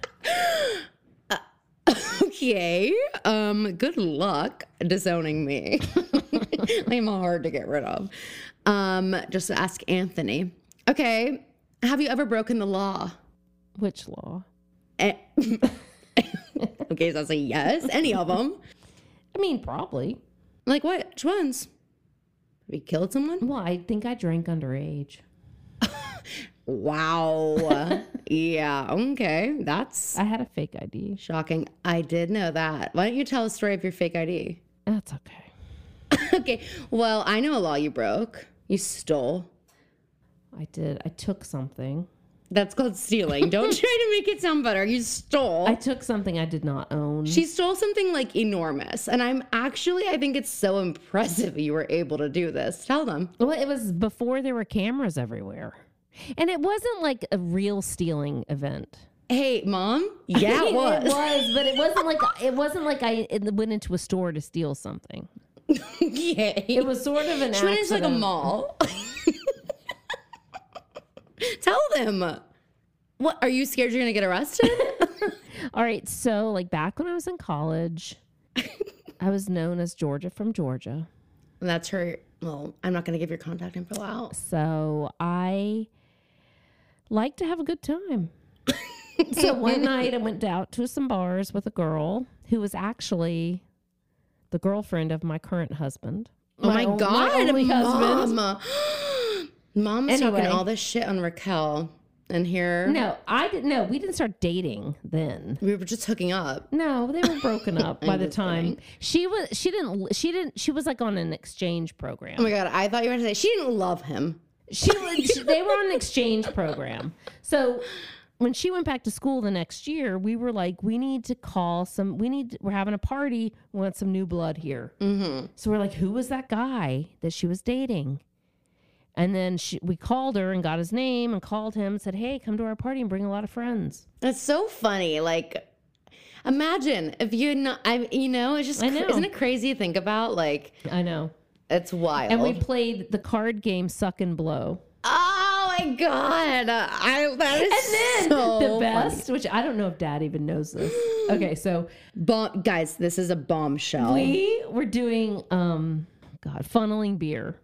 Okay. Um, good luck disowning me. [laughs] I'm hard to get rid of. Um, just ask Anthony. Okay. Have you ever broken the law? Which law? Eh, [laughs] okay, so I was like, yes, any of them. I mean, probably. Like, what? Which ones? We killed someone? Well, I think I drank underage. Wow. yeah, okay. That's I had a fake ID. shocking. I did know that. Why don't you tell a story of your fake ID? That's okay. [laughs] okay, well, I know a law you broke, you stole. I did. I took something. That's called [laughs] stealing. Don't try to make it sound better. You stole. I took something I did not own. She stole something like enormous. And I'm actually, I think it's so impressive you were able to do this. Tell them. Well, it was before there were cameras everywhere. And it wasn't like a real stealing event. Hey, [laughs] mom. Yeah, it [laughs] It was. was, [laughs] but it wasn't like it wasn't like I it went into a store to steal something. Yay. It was sort of an She went into like a accident. mall. [laughs] Tell them. What? Are you scared you're going to get arrested? All right, so like back when I was in college, I was known as Georgia from Georgia. And [laughs] that's her. Well, I'm not going to give your contact info out. So I like to have a [laughs] good time. so one night I went out to some bars with a girl who was actually the girlfriend of my current husband. Oh my, o- God. only husband. mom. [gasps] Mom's Anyway. talking all this shit on Raquel. And here No, I didn't. No, we didn't start dating then. we were just hooking up. No, they were [laughs] broken up by the just time kidding. she was. She didn't. She didn't. She was like on an exchange program. Oh my God. I thought you were going to say she didn't love him. She was. she- they were on an exchange program. So when she went back to school the next year, we were like, we need to call some. We need. We're having a party. We want some new blood here. Mm-hmm. So we're like, who was that guy that she was dating? And then she, we called her and got his name and called him and said, hey, come to our party and bring a lot of friends. That's so funny. Like, imagine if you're not. I, you know, it's just. I cra- know. Isn't it crazy to think about? Like, I know. it's wild. And we played the card game Suck and Blow. oh my god! I that is And then so the best, which I don't know if dad even knows this. Okay, so Bom- guys, this is a bombshell. we were doing, um, God, funneling beer.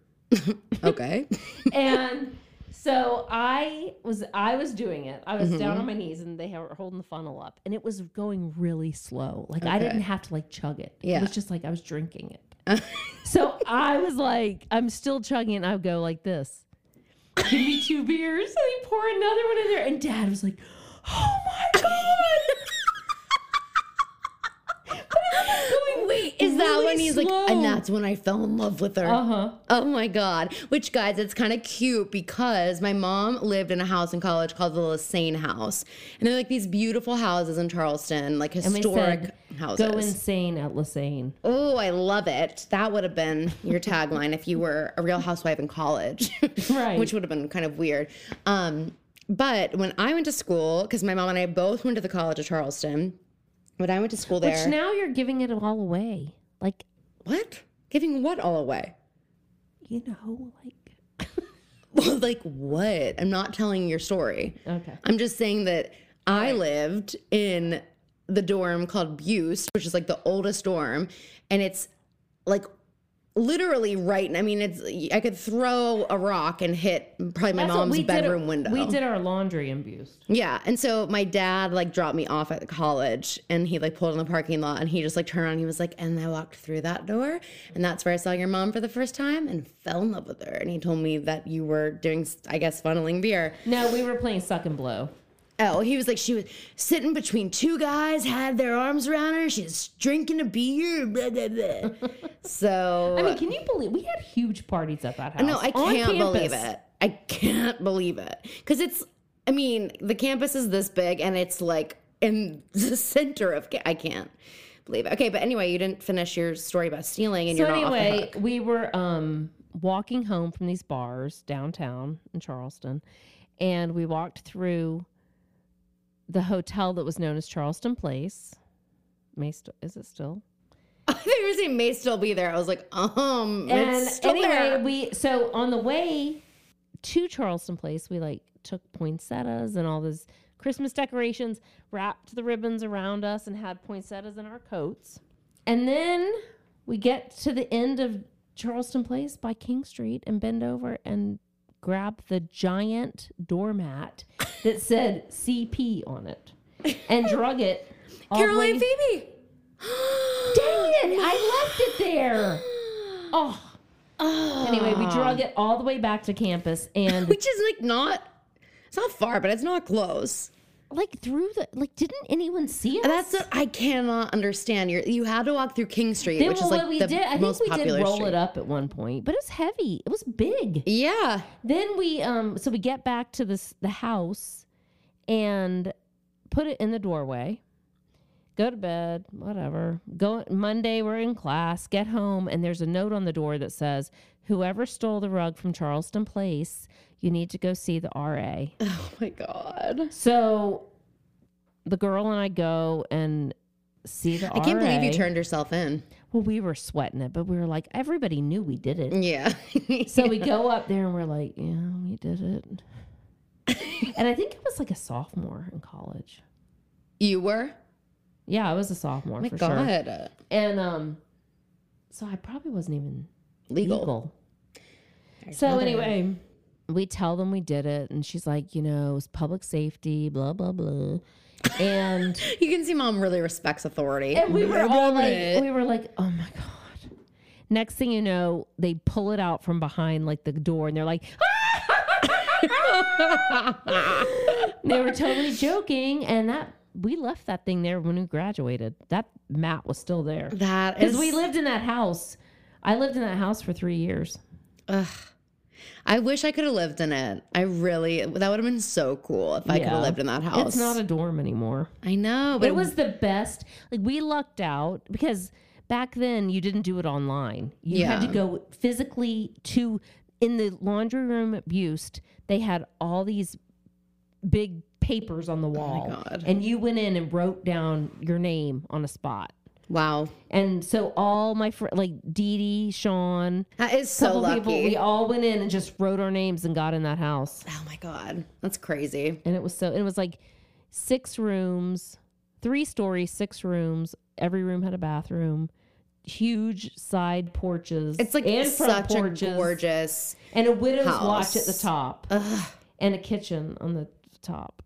okay. [laughs] and so I was I was doing it. I was Mm-hmm. down on my knees and they were holding the funnel up and it was going really slow. Like I didn't have to like chug it. Yeah. It was just like I was drinking [laughs] it. so I was like, I'm still chugging it and I would go like this. Give me two beers. And he pour another one in there. And dad was like, Oh my god. Wait, is that really when he's slow. like? And that's when I fell in love with her. Uh-huh. Oh my god! Which guys, it's kind of cute because my mom lived in a house in college called the Lassane House, and they're like these beautiful houses in Charleston, like And we historic said, houses. Go insane at Lassane. Oh, I love it. That would have been your tagline if you were a real housewife in college. [laughs] Right. Which would have been kind of weird. Um, but when I went to school, because my mom and I both went to the College of Charleston, when I went to school there, Which now you're giving it all away. Like, what? Giving what all away? you know, like [laughs] Well, like what? I'm not telling your story. Okay. I'm just saying that I lived in the dorm called Buse, which is like the oldest dorm, and it's like literally right. I mean, it's I could throw a rock and hit probably my That's what mom's we did- bedroom window. We did our laundry in Bust. Yeah, and so my dad like dropped me off at the college, and he like pulled in the parking lot, and he just like turned around, and he was like, and I walked through that door, and that's where I saw your mom for the first time, and fell in love with her, and he told me that you were doing, I guess, funneling beer. No, we were playing suck and blow. Oh, he was like, she was sitting between two guys, had their arms around her, she's drinking a beer, blah, blah, [laughs] blah. so I mean, can you believe we had huge parties at that house? No, I on can't believe campus. it. I can't believe it. Because it's, I mean, the campus is this big and it's like in [laughs] the center of, ca- I can't believe it. Okay, but anyway, you didn't finish your story about stealing and So you're not off the anyway, hook. [laughs] we were um, walking home from these bars downtown in Charleston, and we walked through the hotel that was known as Charleston Place. May st- is it still? I think you were saying may still be there. I was like, um, and it's still anyway, there. we so on the way to Charleston Place, we like took poinsettias and all those Christmas decorations, wrapped the ribbons around us, and had poinsettias in our coats. And then we get to the end of Charleston Place by King Street and bend over and grab the giant doormat that said CP on it. and drug it. all the Caroline way- Phoebe. [gasps] Dang it! [gasps] I left it there. Oh. Anyway, we drug it all the way back to campus and Which is like not, it's not far, but it's not close. [laughs] like through the like didn't anyone see us? That's what I cannot understand. You're, you had to walk through King Street, Then which is what like we the did, I think most we popular did roll street. it up at one point, but it was heavy. It was big. Yeah. Then we um so we get back to this the house and put it in the doorway. Go to bed, whatever. Go Monday we're in class, get home and there's a note on the door that says whoever stole the rug from Charleston Place, you need to go see the RA. [laughs] Oh my god. So the girl and I go and see the I can't believe you RA. turned yourself in. Well, we were sweating it, but we were like everybody knew we did it. Mm. Yeah. [laughs] So we go up there and we're like, yeah, we did [laughs] it. and I think I was like a sophomore in college. you were? Yeah, I was a sophomore Oh my for sure. god. Uh, And um, so I probably wasn't even legal. legal. So another- anyway, we tell them we did it, and she's like, you know, it was public safety, blah blah blah, and You can see mom really respects authority. and we were all like, Right. we were like, oh my god. Next thing you know, they pull it out from behind like the door, and they're like, "Ah!" [laughs] they were totally joking and that we left that thing there when we graduated that mat was still there That because is we lived in that house i lived in that house for three years I wish I could have lived in it. I really that would have been so cool if I could Yeah. have lived in that house. it's not a dorm anymore I know, but it was the best like we lucked out because back then you didn't do it online you had to Yeah. go physically to in the laundry room at Bust, they had all these big papers on the wall Oh God. and you went in and wrote down your name on a spot wow. And so all my friends, like Dee Dee, Sean, That is so couple lucky. people, we all went in and just wrote our names and got in that house. oh my god. That's crazy. And it was so, it was like six rooms, three stories, six rooms. Every room had a bathroom, huge side porches. It's like and front such a porches, gorgeous and a widow's watch at the house. top, Ugh. and a kitchen on the top.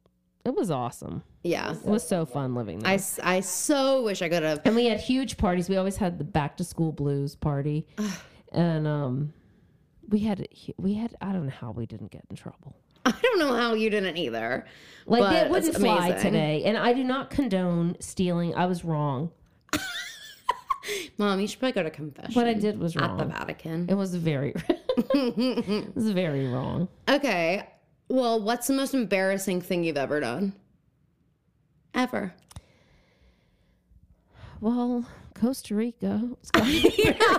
It was awesome. Yeah. It was so fun living there. I, s- I so wish I could have. and we had huge parties. We always had the back to school blues party, and um, we had we had I don't know how we didn't get in trouble. [laughs] I don't know how you didn't either. Like But it wouldn't it's fly amazing. today, and I do not condone stealing. I was wrong. Mom, you should probably go to confession. What I did was at the wrong. Vatican. It was very, [laughs] it was very wrong. [laughs] Okay. Well, what's the most embarrassing thing you've ever done? [laughs] Ever. Well, Costa Rica. [laughs]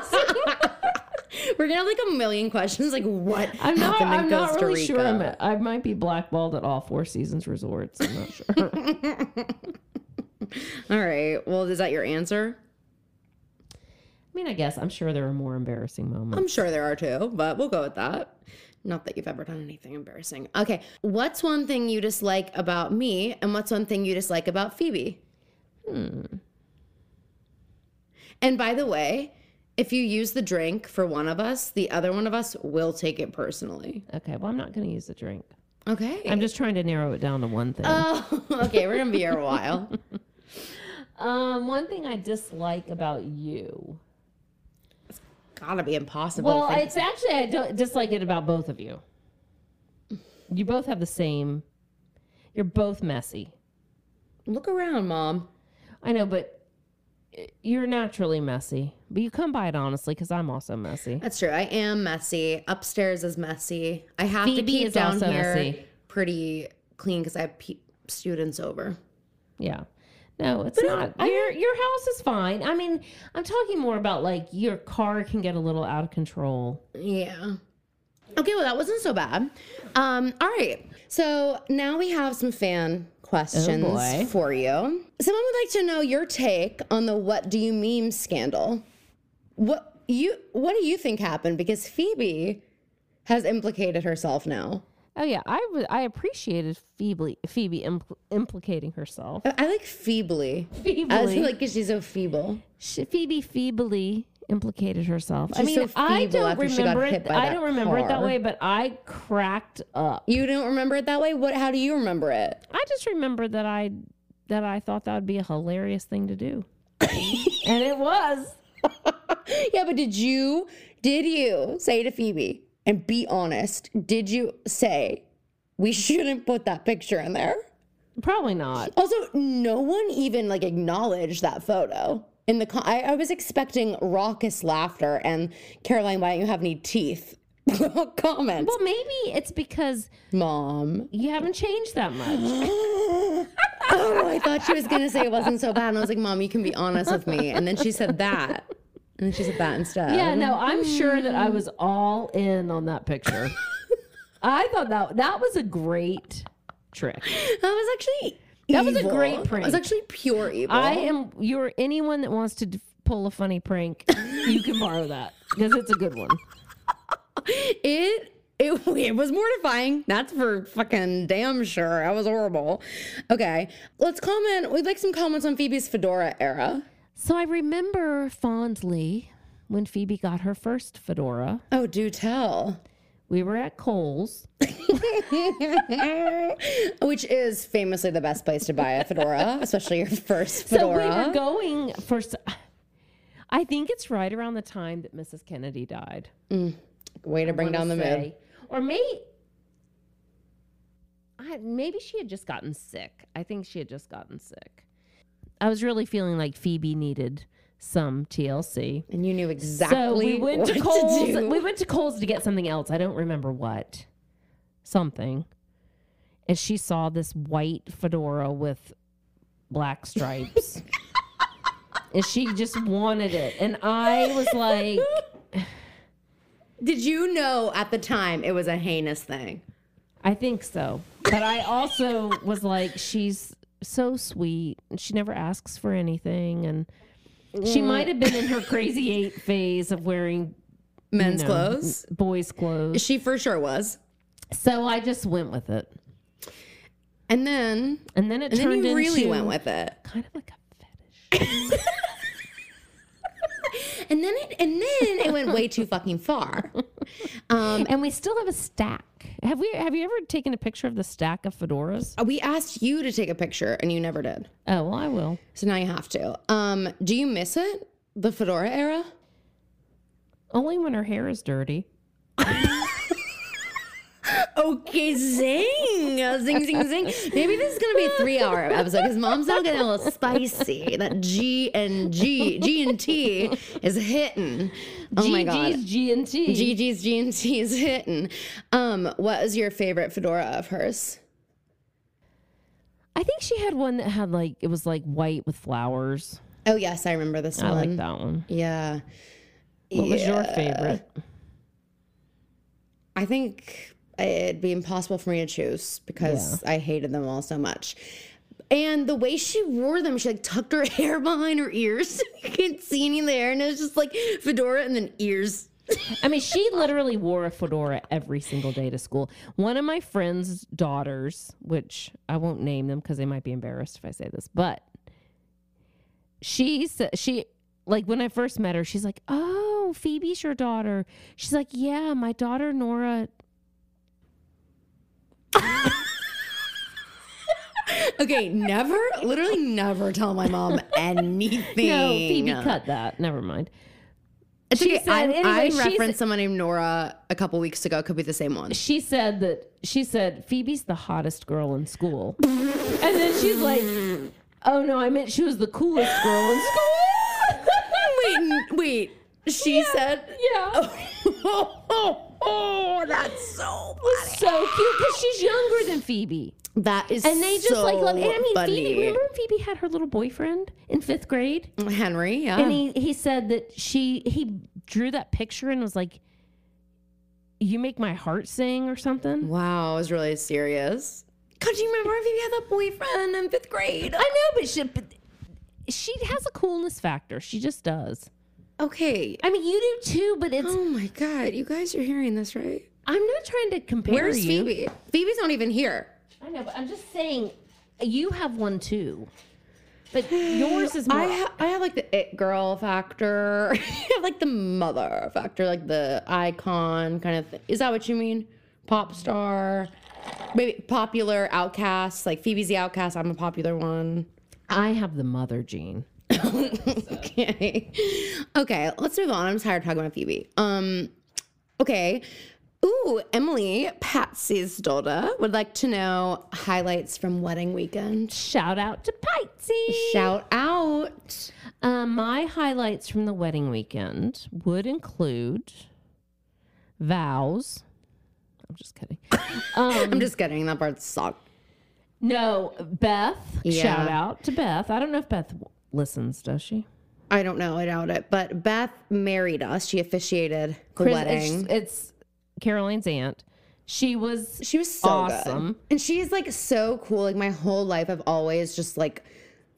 We're gonna have like a million questions. Like, what I'm not. happened in I'm not Costa really Rica? sure. I'm at, I might be blackballed at all Four Seasons resorts. I'm not [laughs] sure. [laughs] All right. Well, is that your answer? I mean, I guess I'm sure there are more embarrassing moments. I'm sure there are too, but we'll go with that. Not that you've ever done anything embarrassing. Okay. What's one thing you dislike about me, and what's one thing you dislike about Phoebe? Hmm. And by the way, if you use the drink for one of us, the other one of us will take it personally. Okay. Well, I'm not going to use the drink. Okay. I'm just trying to narrow it down to one thing. oh, [laughs] okay. We're gonna be here a while. Um, one thing I dislike about you. Gotta be impossible. Well, for- it's actually I don't dislike it about both of you. You both have the same. You're both messy. look around, mom. I know, but eh, you're naturally messy. But you come by it honestly because I'm also messy. That's true. I am messy. Upstairs is messy. I have to Phoebe keep is down also here messy. pretty clean because I have pe- students over. Yeah. No, it's not. your your house is fine. I mean, I'm talking more about like your car can get a little out of control. Yeah. Okay, well that wasn't so bad. Um, all right. So now we have some fan questions Oh, boy. for you. Someone would like to know your take on the what do you meme scandal. What you what do you think happened? Because Phoebe has implicated herself now. Oh yeah, I w- I appreciated Phoebe Phoebe impl- implicating herself. I, I like feebly. Feebly. I feel like 'cause she's so feeble. She, Phoebe feebly implicated herself. I She's mean, so I feeble don't after she got remember hit it. by I that don't remember it that car. way, but I cracked up. You don't remember it that way? What how do you remember it? I just remember that I that I thought that would be a hilarious thing [coughs] to do. and it was. yeah, but did you did you say to Phoebe and be honest? Did you say we shouldn't put that picture in there? Probably not. Also, no one even like acknowledged that photo. In the con- I, I was expecting raucous laughter and Caroline, why don't you have any teeth? [laughs] comments, Well, maybe it's because mom. you haven't changed that much. Oh, I thought she was gonna say it wasn't so bad, and I was like, mom, you can be honest with me. And then she said that, and then she said that instead. Yeah, no, I'm sure that I was all in on that [laughs] picture. I thought that that was a great trick. that was actually That was a evil. great That prank. was actually pure evil. I am you're anyone that wants to d- pull a funny prank, you can borrow that because it's a good one. it [laughs] it, it was mortifying. That's for fucking damn sure. That was horrible. Okay, let's comment. We'd like some comments on Phoebe's fedora era. So I remember fondly when Phoebe got her first fedora. Oh, do tell. We were at Kohl's. [laughs] Which is famously the best place to buy a fedora, especially your first So fedora. we were going for. s- I think it's right around the time that Mrs. Kennedy died. Way to bring down the mood. say. Or maybe, I, maybe she had just gotten sick. I think she had just gotten sick. I was really feeling like Phoebe needed some TLC. And you knew exactly so we went what to Kohl's. do. we went to Kohl's to get something else. I don't remember what. Something. And she saw this white fedora with black [laughs] stripes. and she just wanted it. And I was like, Did you know at the time it was a heinous thing? I think so. But I also was like, she's so sweet and she never asks for anything. And she Mm. might have been in her crazy eight phase of wearing Men's you know, clothes? boys' clothes. She for sure was. So I just went with it. And then, And then it and then turned you really into went with it. kind of like a fetish. And then it and then it went way too fucking far. Um, and we still have a stack. Have we have you ever taken a picture of the stack of fedoras? [laughs] We asked you to take a picture and you never did. Oh, well, I will. So now you have to. Um, do you miss it? The fedora era? Only when her hair is dirty. [laughs] Okay, zing, zing, zing, zing. [laughs] Maybe this is gonna be a three-hour episode because Mom's now getting a little spicy. That G and G, G and T is hitting. Oh my god, GG's G and T. GG's G and T is hitting. Um, what is your favorite fedora of hers? I think she had one that had like it was like white with flowers. Oh yes, I remember this I one. like that one. Yeah, What was your favorite? I think it'd be impossible for me to choose because I hated them all so much. And the way she wore them, she like tucked her [laughs] hair behind her ears [laughs] so you couldn't see any there, and it was just like fedora and then ears. [laughs] I mean, she literally wore a fedora every single day to school. One of my friend's daughters, which I won't name them because they might be embarrassed if I say this, but she sa- she like when I first met her, she's like, "Oh, Phoebe's your daughter." She's like, "Yeah, my daughter Nora." Okay, never, literally never tell my mom anything. [laughs] No, Phoebe, cut that. Never mind. It's She okay. said- I, I anyway, she referenced someone named Nora a couple weeks ago. It could be the same [laughs] one. she said that she said Phoebe's the hottest girl in school, and then she's like, "Oh no, I meant she was the coolest [laughs] girl in school." wait, n- wait. She said, [laughs] yeah, oh, oh, oh, that's so funny. so cute because she's younger than Phoebe, That is and they just like love. And I mean, funny. Phoebe. Remember when Phoebe had her little boyfriend in fifth grade, Henry, yeah. and he he said that she he drew that picture and was like, "You make my heart sing" or something. wow, I was really serious. God, do you remember if you had a boyfriend in fifth grade? I know, but she. But, she has a coolness factor. She just does. Okay. I mean, you do too, [gasps] but it's Oh my God, you guys are hearing this, right? I'm not trying to compare Where's you. Phoebe? Phoebe's not even here. I know, but I'm just saying you have one too. [gasps] But yours is more I ha- I have like the it girl factor. [laughs] I have like the mother factor, like the icon kind of thing. Is that what you mean? Pop star, maybe popular outcast. Like Phoebe's the outcast. I'm a popular one. [laughs] I have the mother gene. okay. Okay, let's move on. I'm tired of talking about Phoebe. Um okay. Ooh, Emily, Patsy's daughter, would like to know highlights from wedding weekend. Shout out to Patsy. Shout out. Uh, my highlights from the wedding weekend would include vows. I'm just kidding. Um, I'm just kidding. That part sucked. No, Beth. Yeah. Shout out to Beth. I don't know if Beth w- listens, does she? I don't know. I doubt it. But Beth married us. She officiated the Chris- wedding. It's, it's Caroline's aunt. She was She was so awesome. good. And she's like so cool. Like my whole life I've always just like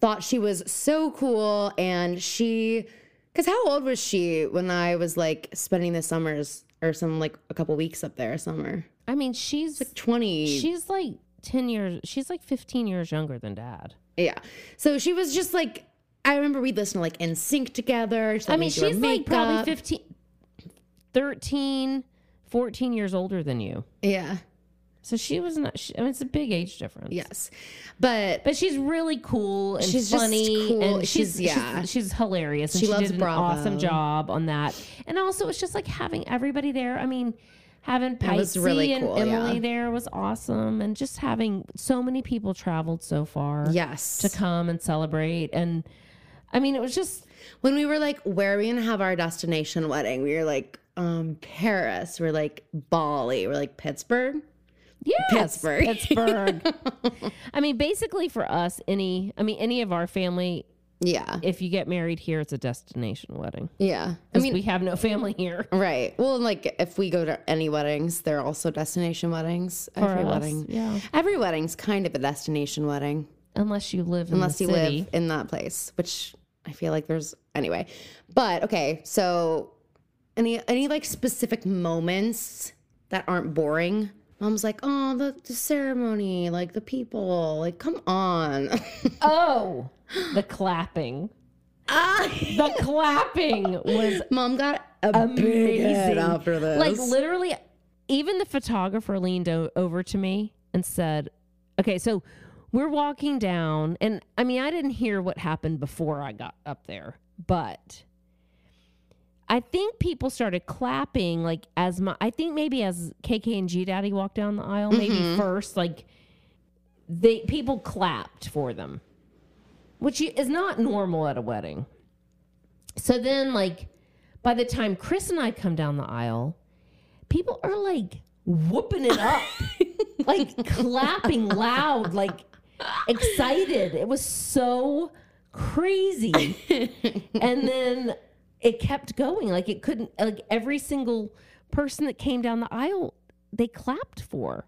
thought she was so cool and she cuz how old was she when I was like spending the summers or some like a couple weeks up there summer? I mean, she's 20. she's like ten years. She's like fifteen years younger than Dad. yeah. So she was just like I remember we listened to like In Sync together. She let I mean, me do her she's like probably makeup. 15, 13, 14 years older than you. Yeah. So she was not. She, I mean, it's a big age difference. Yes. But But she's really cool and She's just funny, cool. and she's, She's- yeah. she's, she's hilarious. And She she, loves did an Bravo. awesome job on that. And also, it's just like having everybody there. I mean, having was Patsy really and cool, Emily yeah. there was awesome, and just having so many people traveled so far yes. to come and celebrate. And I mean, it was just when we were like, where are we gonna have our destination wedding? We were like, um, Paris. We're like Bali. We're like Pittsburgh. yes, Pittsburgh. Pittsburgh. I mean, basically for us, any I mean, any of our family, [laughs] Yeah. if you get married here, it's a destination wedding. Yeah. I I mean, we have no family [laughs] here. right. Well, and, like if we go to any weddings, they're also destination weddings. Every us, wedding. yeah. Every wedding's kind of a destination wedding Unless you live in unless the you city. live in that place, which I feel like there's anyway. But okay, so any any like specific moments that aren't boring? Mom's like, oh, the, the ceremony, like the people, like come on. [laughs] Oh, [gasps] the clapping. Ah, The clapping was Mom got a big head amazing. after this. Like literally, even the photographer leaned o- over to me and said, "Okay, so we're walking down, and I mean, I didn't hear what happened before I got up there, but." I think people started clapping like as my I think maybe as KK and G Daddy walked down the aisle, maybe first, like they people clapped for them. Which is not normal at a wedding. So then like by the time Chris and I come down the aisle, people are like whooping it up. [laughs] like clapping loud, like excited. It was so crazy and then it kept going like it couldn't like every single person that came down the aisle they clapped for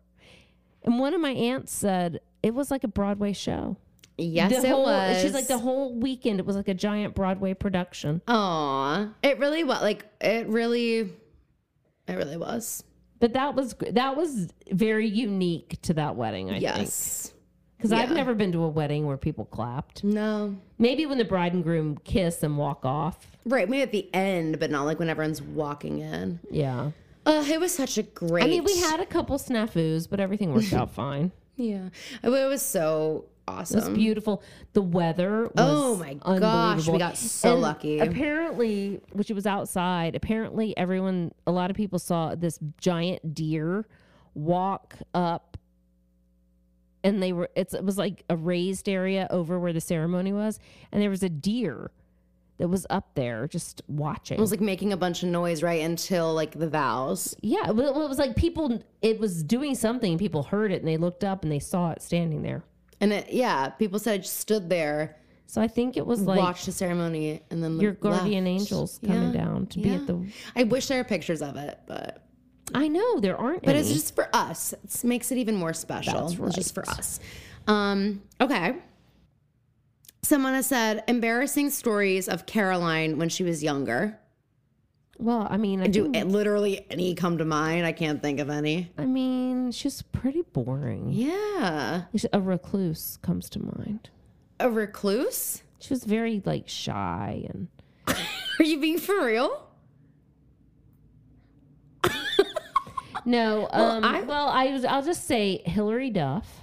and one of my aunts said it was like a broadway show yes, the it whole, was. she's like the whole weekend it was like a giant broadway production Aw, it really was. Like it really, it really was. but that was that was very unique to that wedding i yes. because i've never been to a wedding where people clapped No. maybe when the bride and groom kiss and walk off Right, maybe at the end, but not like when everyone's walking in. yeah Uh, it was such a great. i mean we had a couple snafus but everything [laughs] worked out fine yeah. It was so It awesome. was beautiful. The weather Um, was Oh my gosh, we unbelievable. got so And lucky. Apparently, which it was outside, apparently everyone a lot of people saw this giant deer walk up and they were it's it was like a raised area over where the ceremony was and there was a deer that was up there just watching. It was like making a bunch of noise right until like the vows. yeah, well, it was like people it was doing something, people heard it and they looked up and they saw it standing there. And it, yeah, people said I just stood there, So I think it was like watched the ceremony, and then your left. guardian angels coming Yeah, down to be yeah. at the I wish there were pictures of it, but I know there aren't but any. it's just for us. It makes it even more special. That's It's just for right. us. Um, okay. Someone has said embarrassing stories of Caroline when she was younger. well, I mean, I, Do think- it literally any come to mind? I can't think of any. I mean, she's pretty boring. Yeah. A recluse comes to mind. A recluse? [laughs] She was very like shy and Are you being for real? no. Um, well, I- I, was. I'll just say Hillary Duff.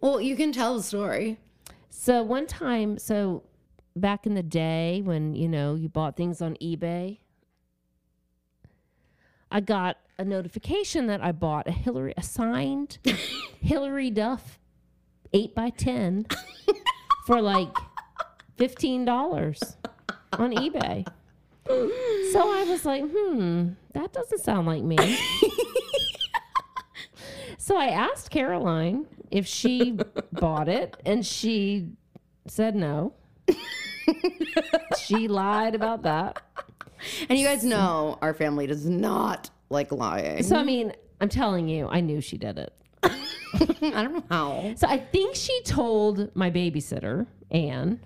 Well, you can tell the story. So one time, so back in the day when you know you bought things on eBay, I got a notification that I bought a Hillary a signed Hillary Duff eight by ten for like fifteen dollars on eBay. So I was like, hmm, that doesn't sound like me. so I asked Caroline [laughs] if she bought it, and she said no. she lied about that. And you guys know our family does not like lying. So, I mean, I'm telling you, I knew she did it. I don't know how. So I think she told my babysitter, Anne.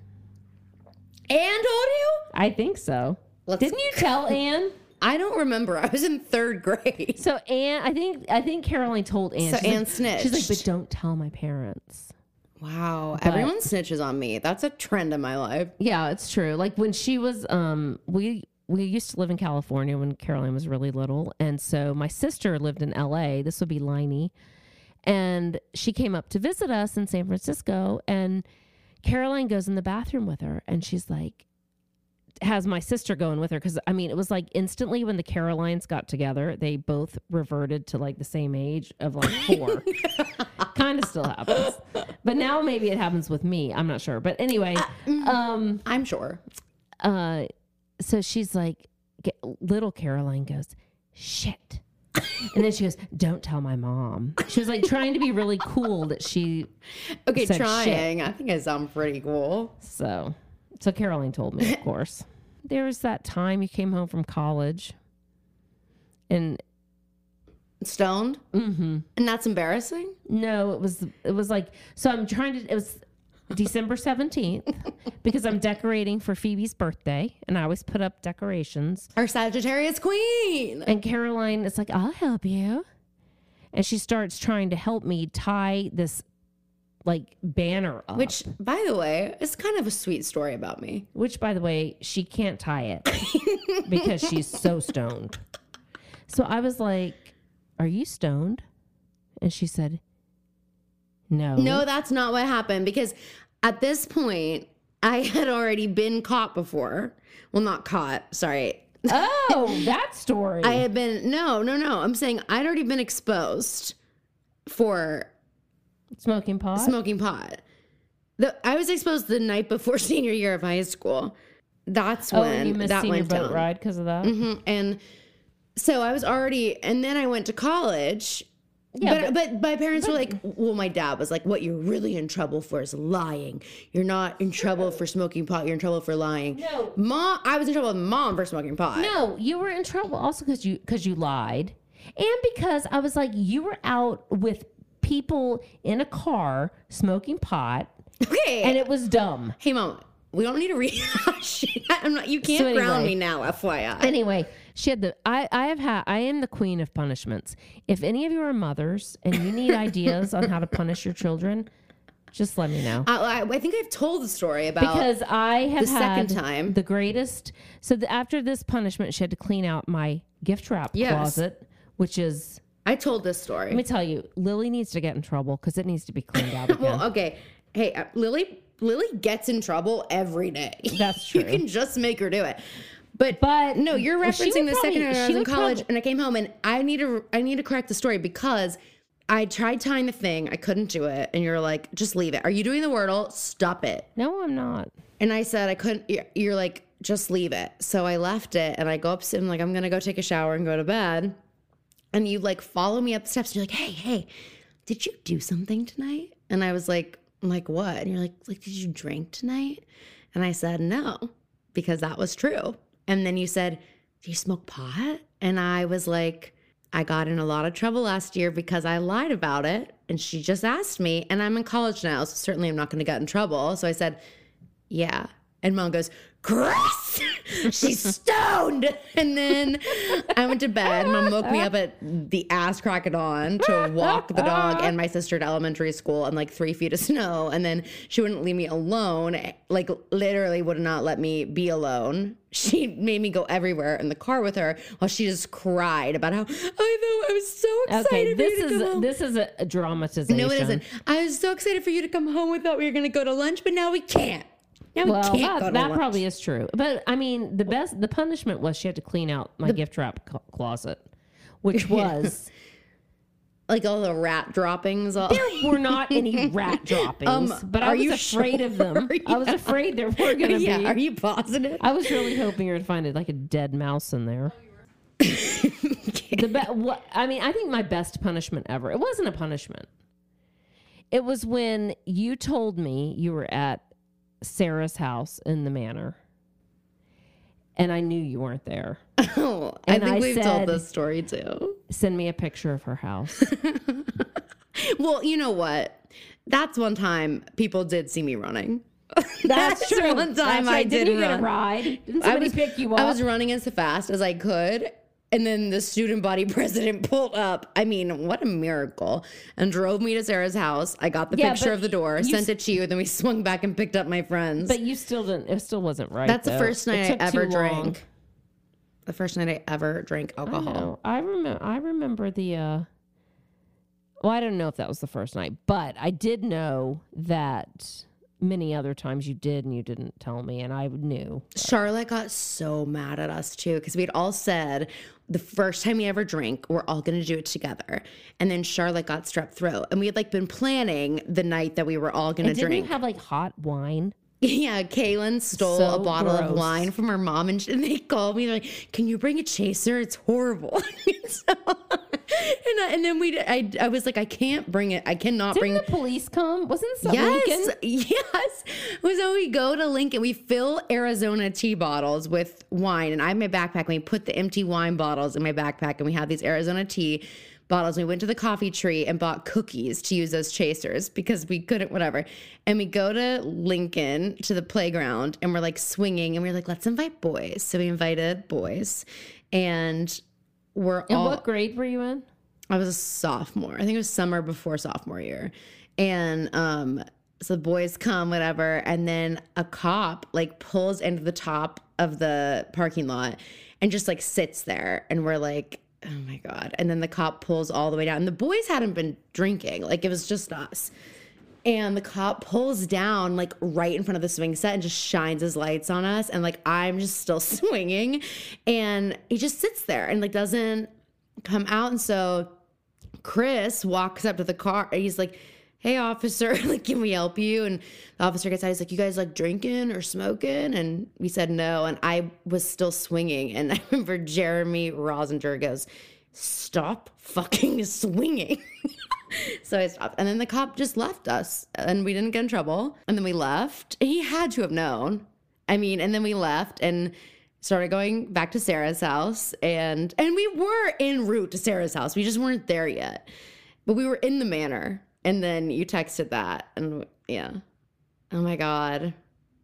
And told you? I think so. Let's- Didn't you tell Anne? I don't remember. [laughs] I was in third grade. So Anne, I think I think Caroline told Anne. So She's like- Anne snitched. She's like, but don't tell my parents. Wow. Everyone snitches on me. That's a trend in my life. Yeah, it's true. Like when she was, um, we we used to live in California when Caroline was really little, and so my sister lived in L.A. This would be Liney, and she came up to visit us in San Francisco, and Caroline goes in the bathroom with her, and she's like, has my sister going with her because I mean it was like instantly when the Carolines got together, they both reverted to like the same age of like four. kind of still happens, but now maybe it happens with me. I'm not sure, but anyway. Um, I'm sure. uh, so she's like, get, little Caroline goes, shit. and then she goes, don't tell my mom. She was like trying to be really cool that she, Okay, Said trying. I think I sound pretty cool. so, so Caroline told me, of course. There was that time you came home from college and Stoned? Mm-hmm. And that's embarrassing? No, it was it was like so I'm trying to it was December 17th because I'm decorating for Phoebe's birthday and I always put up decorations Our Sagittarius queen. and Caroline is like, "I'll help you." And she starts trying to help me tie this like banner up. Which, by the way, is kind of a sweet story about me. Which, by the way, she can't tie it [laughs] because she's so stoned. So I was like, Are you stoned? And she said, No. No, that's not what happened because at this point, I had already been caught before. Well, not caught, sorry. Oh, that [laughs] story. I had been, no, no, no. I'm saying I'd already been exposed for Smoking pot. smoking pot. The, I was exposed the night before [laughs] senior year of high school. That's oh, when and you missed that senior went boat down. ride because of that. Mhm. And so I was already, and then I went to college. but, but my parents were like, well, my dad was like, what you're really in trouble for is lying. You're not in trouble for smoking pot. You're in trouble for lying. No. Mom, I was in trouble with mom for smoking pot. No, you were in trouble also because you because you lied, and because I was like you were out with people in a car smoking pot, [laughs] Okay. and it was dumb. hey, mom, we don't need to [laughs] rehash it. I'm not, you can't ground anyway. me now, FYI. Anyway, she had the I I have had I am the queen of punishments. If any of you are mothers and you need ideas on how to punish your children, just let me know. I, I, I think I've told the story about because I have the had second time. the greatest. So the, after this punishment, she had to clean out my gift wrap Yes. closet, which is I told this story. Let me tell you, Lily needs to get in trouble because it needs to be cleaned [laughs] out again. Well, okay. Hey, uh, Lily. Lily gets in trouble every day. [laughs] That's you true. can just make her do it. But But- no, you're well, she would referencing the probably- second time I she was in would college probably- and I came home and I need to I need to correct the story because I tried tying the thing, I couldn't do it, and you're like, just leave it. Are you doing the wordle? Stop it. no, I'm not. And I said I couldn't. you're- You're like, just leave it. So I left it, and I go up. I'm like, I'm gonna go take a shower and go to bed. And you like follow me up the steps. And you're like, hey, hey, did you do something tonight? And I was like, like what? And you're like, like did you drink tonight? And I said no, because that was true. And then you said, do you smoke pot? And I was like, I got in a lot of trouble last year because I lied about it. And she just asked me, and I'm in college now, so certainly I'm not going to get in trouble. So I said, yeah. And mom goes, Chris, [laughs] she's [laughs] stoned. And then I went to bed. Mom woke me up at the ass crack of dawn to walk the dog and my sister to elementary school in like three feet of snow. And then she wouldn't leave me alone, like literally would not let me be alone. She made me go everywhere in the car with her while she just cried about how I know I was so excited Okay, for you this to come is home. this is a, a dramatization. No, it isn't. I was so excited for you to come home. We thought we were going to go to lunch, but now we can't. Now Well, we can't go that, to that lunch. probably is true. But I mean, the best the punishment was she had to clean out my gift wrap co- closet, [laughs] which was like all the rat droppings. All were not any rat droppings. Um, but I are was you afraid of [laughs] them. sure? I was afraid there [laughs] were going [laughs] to yeah. be. Are you positive? I was really hoping you would find it like a dead mouse in there. the be- what, I mean, I think my best punishment ever. It wasn't a punishment. It was when you told me you were at Sarah's house in the manor, and I knew you weren't there. Oh, I And think I we've said- told this story too. Send me a picture of [laughs] her house. Well, you know what? That's one time people did see me running. That's true. one time That's I right. did Didn't you get run. a ride? Didn't somebody pick you up? I was running as fast as I could. And then the student body [laughs] president pulled up. I mean, what a miracle. And drove me to Sarah's house. I got the Yeah, picture but of the door, sent it to you, then we swung back and picked up my friends. but you still didn't. It still wasn't right. That's the though. first It night took I ever too long. drank. The first night I ever drank alcohol. No, I remember. I remember the. Uh, well, I don't know if that was the first night, but I did know that many other times you did and you didn't tell me, and I knew. Charlotte got so mad at us too because we'd all said the first time we ever drink, we're all going to do it together. And then Charlotte got strep throat, and we had like been planning the night that we were all going to And didn't drink. [laughs] you have like hot wine? yeah, Kaylin stole So a bottle of gross. wine from her mom, and, sh- and they called me they're like, "Can you bring a chaser? It's horrible." [laughs] and, so- and I- and then we, I, I was like, "I can't bring it. I cannot Didn't bring." the police come? Wasn't some Yes, [laughs] Lincoln? yes. So we go to Lincoln. We fill Arizona tea bottles with wine, and I have my backpack. And we put the empty wine bottles in my backpack, and we had these Arizona tea bottles. We went to the coffee tree and bought cookies to use as chasers because we couldn't, whatever. And we go to Lincoln to the playground, and we're like swinging, and we're like, let's invite boys. So we invited boys, and we're And all. what grade were you in? I was a sophomore. I think it was summer before sophomore year. And um so the boys come, whatever, and then a cop like pulls into the top of the parking lot and just like sits there and we're like, Oh my god. And then the cop pulls all the way down. And the boys hadn't been drinking, like it was just us. And the cop pulls down like right in front of the swing set and just shines his lights on us. And like I'm just still [laughs] swinging. And he just sits there and like doesn't come out. And so Chris walks up to the car and he's like, Hey officer, [laughs] like, can we help you? And the officer gets out. He's like, You guys like drinking or smoking? And we said no. And I was still swinging. And [laughs] I remember Jeremy Rosinger goes, Stop fucking [laughs] swinging. So I stopped. And then the cop just left us and we didn't get in trouble. And then we left. He had to have known. I mean, and then we left and started going back to Sarah's house and and we were en route to Sarah's house. We just weren't there yet. But we were in the manor. And then you texted that and yeah. Oh my god.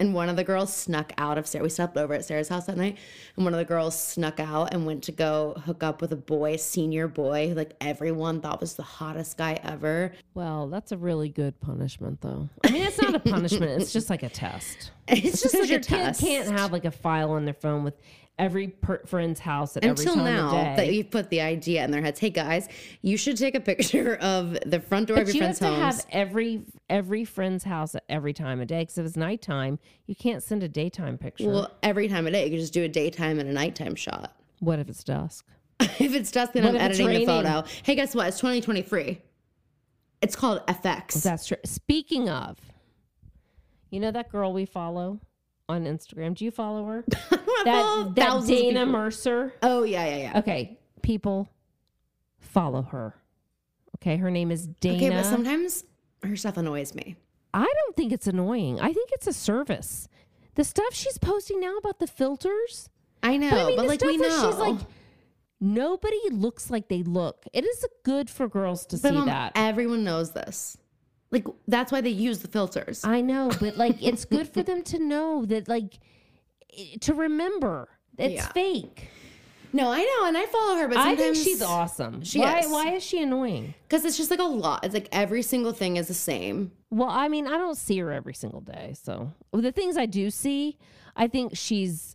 And one of the girls snuck out of Sarah. We slept over at Sarah's house that night. And one of the girls snuck out and went to go hook up with a boy, senior boy, who like everyone thought was the hottest guy ever. Well, that's a really good punishment, though. I mean, it's not a punishment; it's just like a test. [laughs] It's just Because like a your kid test. can't have like a file on their phone with every per- friend's house at Until every time of now day. that you've put the idea in their heads. Hey guys, you should take a picture [laughs] of the front door of But your you friend's have to home. have every every friend's house at every time of day. Because if it's nighttime, you can't send a daytime picture. Well, every time of day, you could just do a daytime and a nighttime shot. [laughs] what if it's dusk? if it's dusk, then I'm if it's editing the raining? photo. Hey, guess what? It's 2023. It's called [laughs] FX. That's true. Speaking of, you know that girl we follow on Instagram. Do you follow [laughs] her? that that Thousands of Dana people. Mercer. Oh yeah, yeah, yeah. Okay, people, follow her. Okay, her name is Dana. Okay, but sometimes her stuff annoys me. I don't think it's annoying. I think it's a service. The stuff she's posting now about the filters. I know, but, I mean, the like stuff we where know. she's like, nobody looks like they look. It is good for girls to but see Mom, that. everyone knows this. Like that's why they use the filters. I know, but like, it's good for them to know that, like, to remember. It's Yeah. fake. No, I know, and I follow her, but sometimes I think she's awesome. She why, is. why is she annoying? because it's just like a lot. It's like every single thing is the same. Well, I mean, I don't see her every single day. So Well, the things I do see, I think she's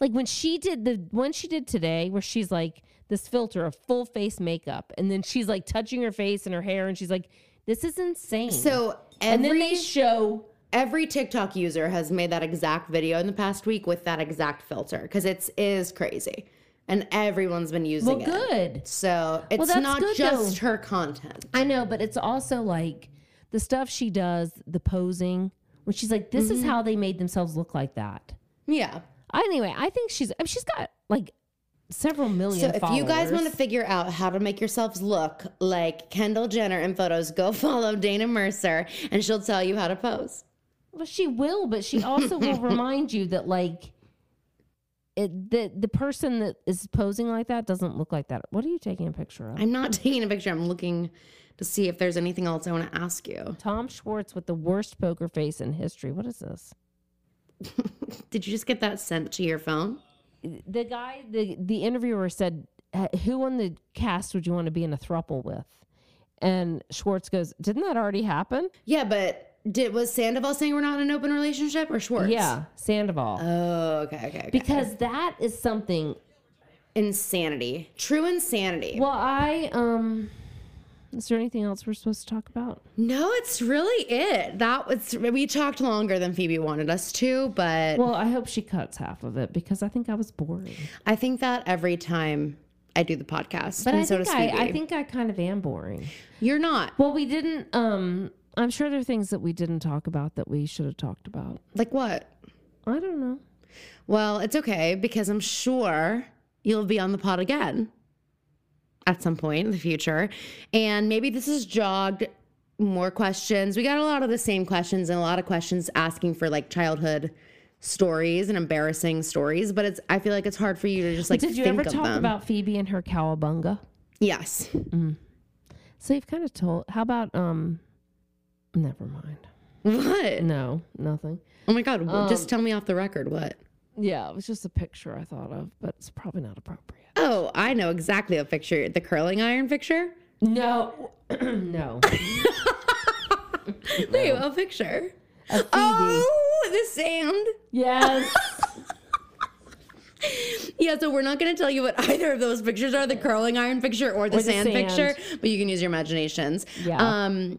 like when she did the one she did today, where she's like this filter of full face makeup, and then she's like touching her face and her hair, and she's like, "This is insane." So and every then they show every TikTok user has made that exact video in the past week with that exact filter because it's is crazy, and everyone's been using well, it. good. So it's that's not good, just her content. I know, but it's also like the stuff she does, the posing, when she's like, "This is how they made themselves look like that." Yeah. Anyway, I think she's I mean, she's got like several So million. if you guys want followers. to figure out how to make yourselves look like Kendall Jenner in photos, go [laughs] follow Dana Mercer and she'll tell you how to pose. Well, she will, but she also will remind you that like it, the the person that is posing like that doesn't look like that. What are you taking a picture of? I'm not [laughs] taking a picture. I'm looking to see if there's anything else I want to ask you. Tom Schwartz with the worst poker face in history. What is this? Did you just get that sent to your phone? The guy, the the interviewer said, "Uh, "Who on the cast would you want to be in a thruple with?" And Schwartz goes, "Didn't that already happen?" Yeah, but did was Sandoval saying we're not in an open relationship or Schwartz? Yeah, Sandoval. Oh, okay, okay. okay. because that is something insanity. True insanity. Well, I um is there anything else we're supposed to talk about? no, it's really it. That was we talked longer than Phoebe wanted us to, but Well, I hope she cuts half of it because I think I was boring. I think that every time I do the podcast, But and I so think does I, Phoebe. I think I kind of am boring. you're not. Well, we didn't um I'm sure there are things that we didn't talk about that we should have talked about. Like what? I don't know. Well, it's okay because I'm sure you'll be on the pod again at some point in the future. And maybe this has jogged more questions. We got a lot of the same questions and a lot of questions asking for like childhood stories and embarrassing stories, but it's I feel like it's hard for you to just like Did you think ever of talk them. about Phoebe and her cowabunga? yes. So you've kind of told how about um never mind. What? No, nothing. Oh my god, Um, just tell me off the record what. Yeah, it was just a picture I thought of, but it's probably not appropriate. Oh, I know exactly the picture, the curling iron picture. No. [clears throat] [laughs] no. Wait, what picture? A Phoebe. Oh, the sand. Yes. [laughs] Yeah, so we're not going to tell you what either of those pictures are the curling iron picture or the, the sand, sand. picture, but you can use your imaginations. Yeah. Um,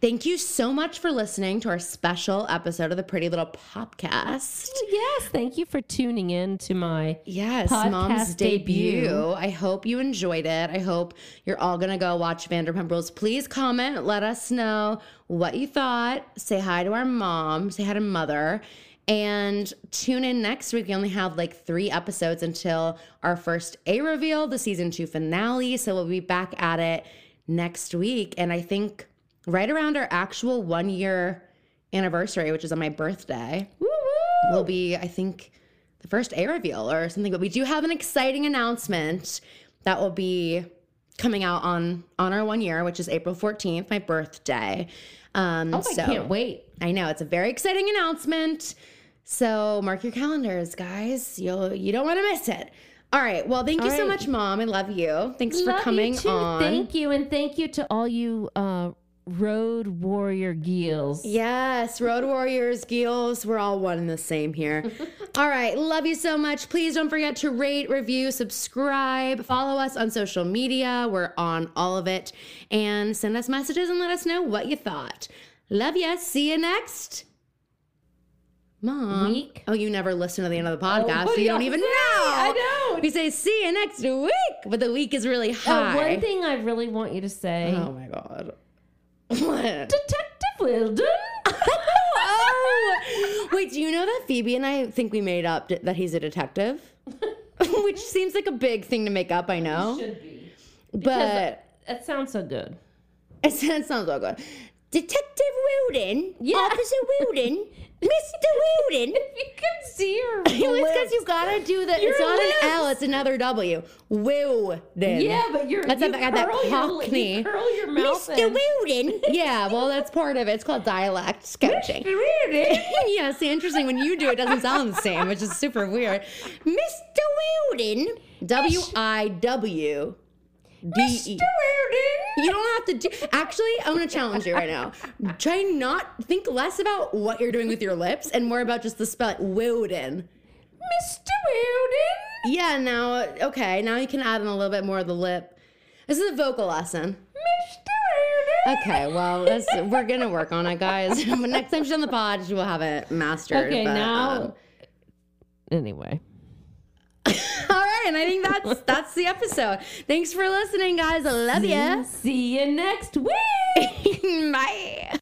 thank you so much for listening to our special episode of the Pretty Little Podcast. yes. Thank you for tuning in to my. Yes, Podcast mom's debut. debut. I hope you enjoyed it. I hope you're all gonna go watch Vanderpump Rules. Please comment, let us know what you thought. Say hi to our mom, say hi to mother, and tune in next week. We only have like three episodes until our first A reveal, the season two finale. So we'll be back at it next week. And I think right around our actual one year anniversary, which is on my birthday will be, I think, the first A reveal or something. But we do have an exciting announcement that will be coming out on on our one year, which is April 14th, my birthday. Um, Oh, so I can't wait. I know it's a very exciting announcement. So mark your calendars, guys. You'll you don't want to miss it. All right. Well, thank you so right. much, mom. I love you. Thanks Love for coming you too. on. Thank you, and thank you to all you uh, road warrior geels. Yes, Road Warriors, Gills, we're all one and the same [laughs] here. all right, love you so much. Please don't forget to rate, review, subscribe, follow us on social media. We're on all of it. And send us messages and let us know what you thought. Love ya. See you next. Mom. Week. Oh, Oh, you never listen to the end of the podcast, what so do you you don't have even to know. say? I don't. We say see you next week, but the week is really Uh, high. one thing I really want you to say, Oh my god. [laughs] What? Detective Wilden. Uh-huh. oh! Wait, do you know that Phoebe and I think we made up that he's a detective? Which seems like a big thing to make up, I know. Should be. But That sounds so good. [laughs] it sounds so good. Detective Wilden, Officer Wilden, Mr. Wilden. You can see [laughs] her. It's because you gotta do the. It's not lips. an L. It's another W. Woo. Then. Yeah, but you're. That's you that- I got that curl your, Cockney. You curl your mouth. Mr. Wilden. Yeah, well, that's part of it. It's called dialect sketching. Wilden. [laughs] yeah, it's interesting when you do it, it doesn't sound the same, which is super weird. Mr. Wilden. W I W D E. You don't have to do. Actually, I'm gonna challenge you right now. Try not think less about what you're doing with your lips and more about just the spell Wilden. Mr. Wilden. Yeah. Now, okay. Now you can add in a little bit more of the lip. This is a vocal lesson. Mr. Wilden. Okay, well, that's, we're gonna work on it, guys. [laughs] but next time she's on the pod, she will have it mastered. Okay, but, now. um, Anyway. [laughs] all right, and I think that's that's the episode. Thanks for listening, guys. I love ya. See you next week. [laughs] Bye.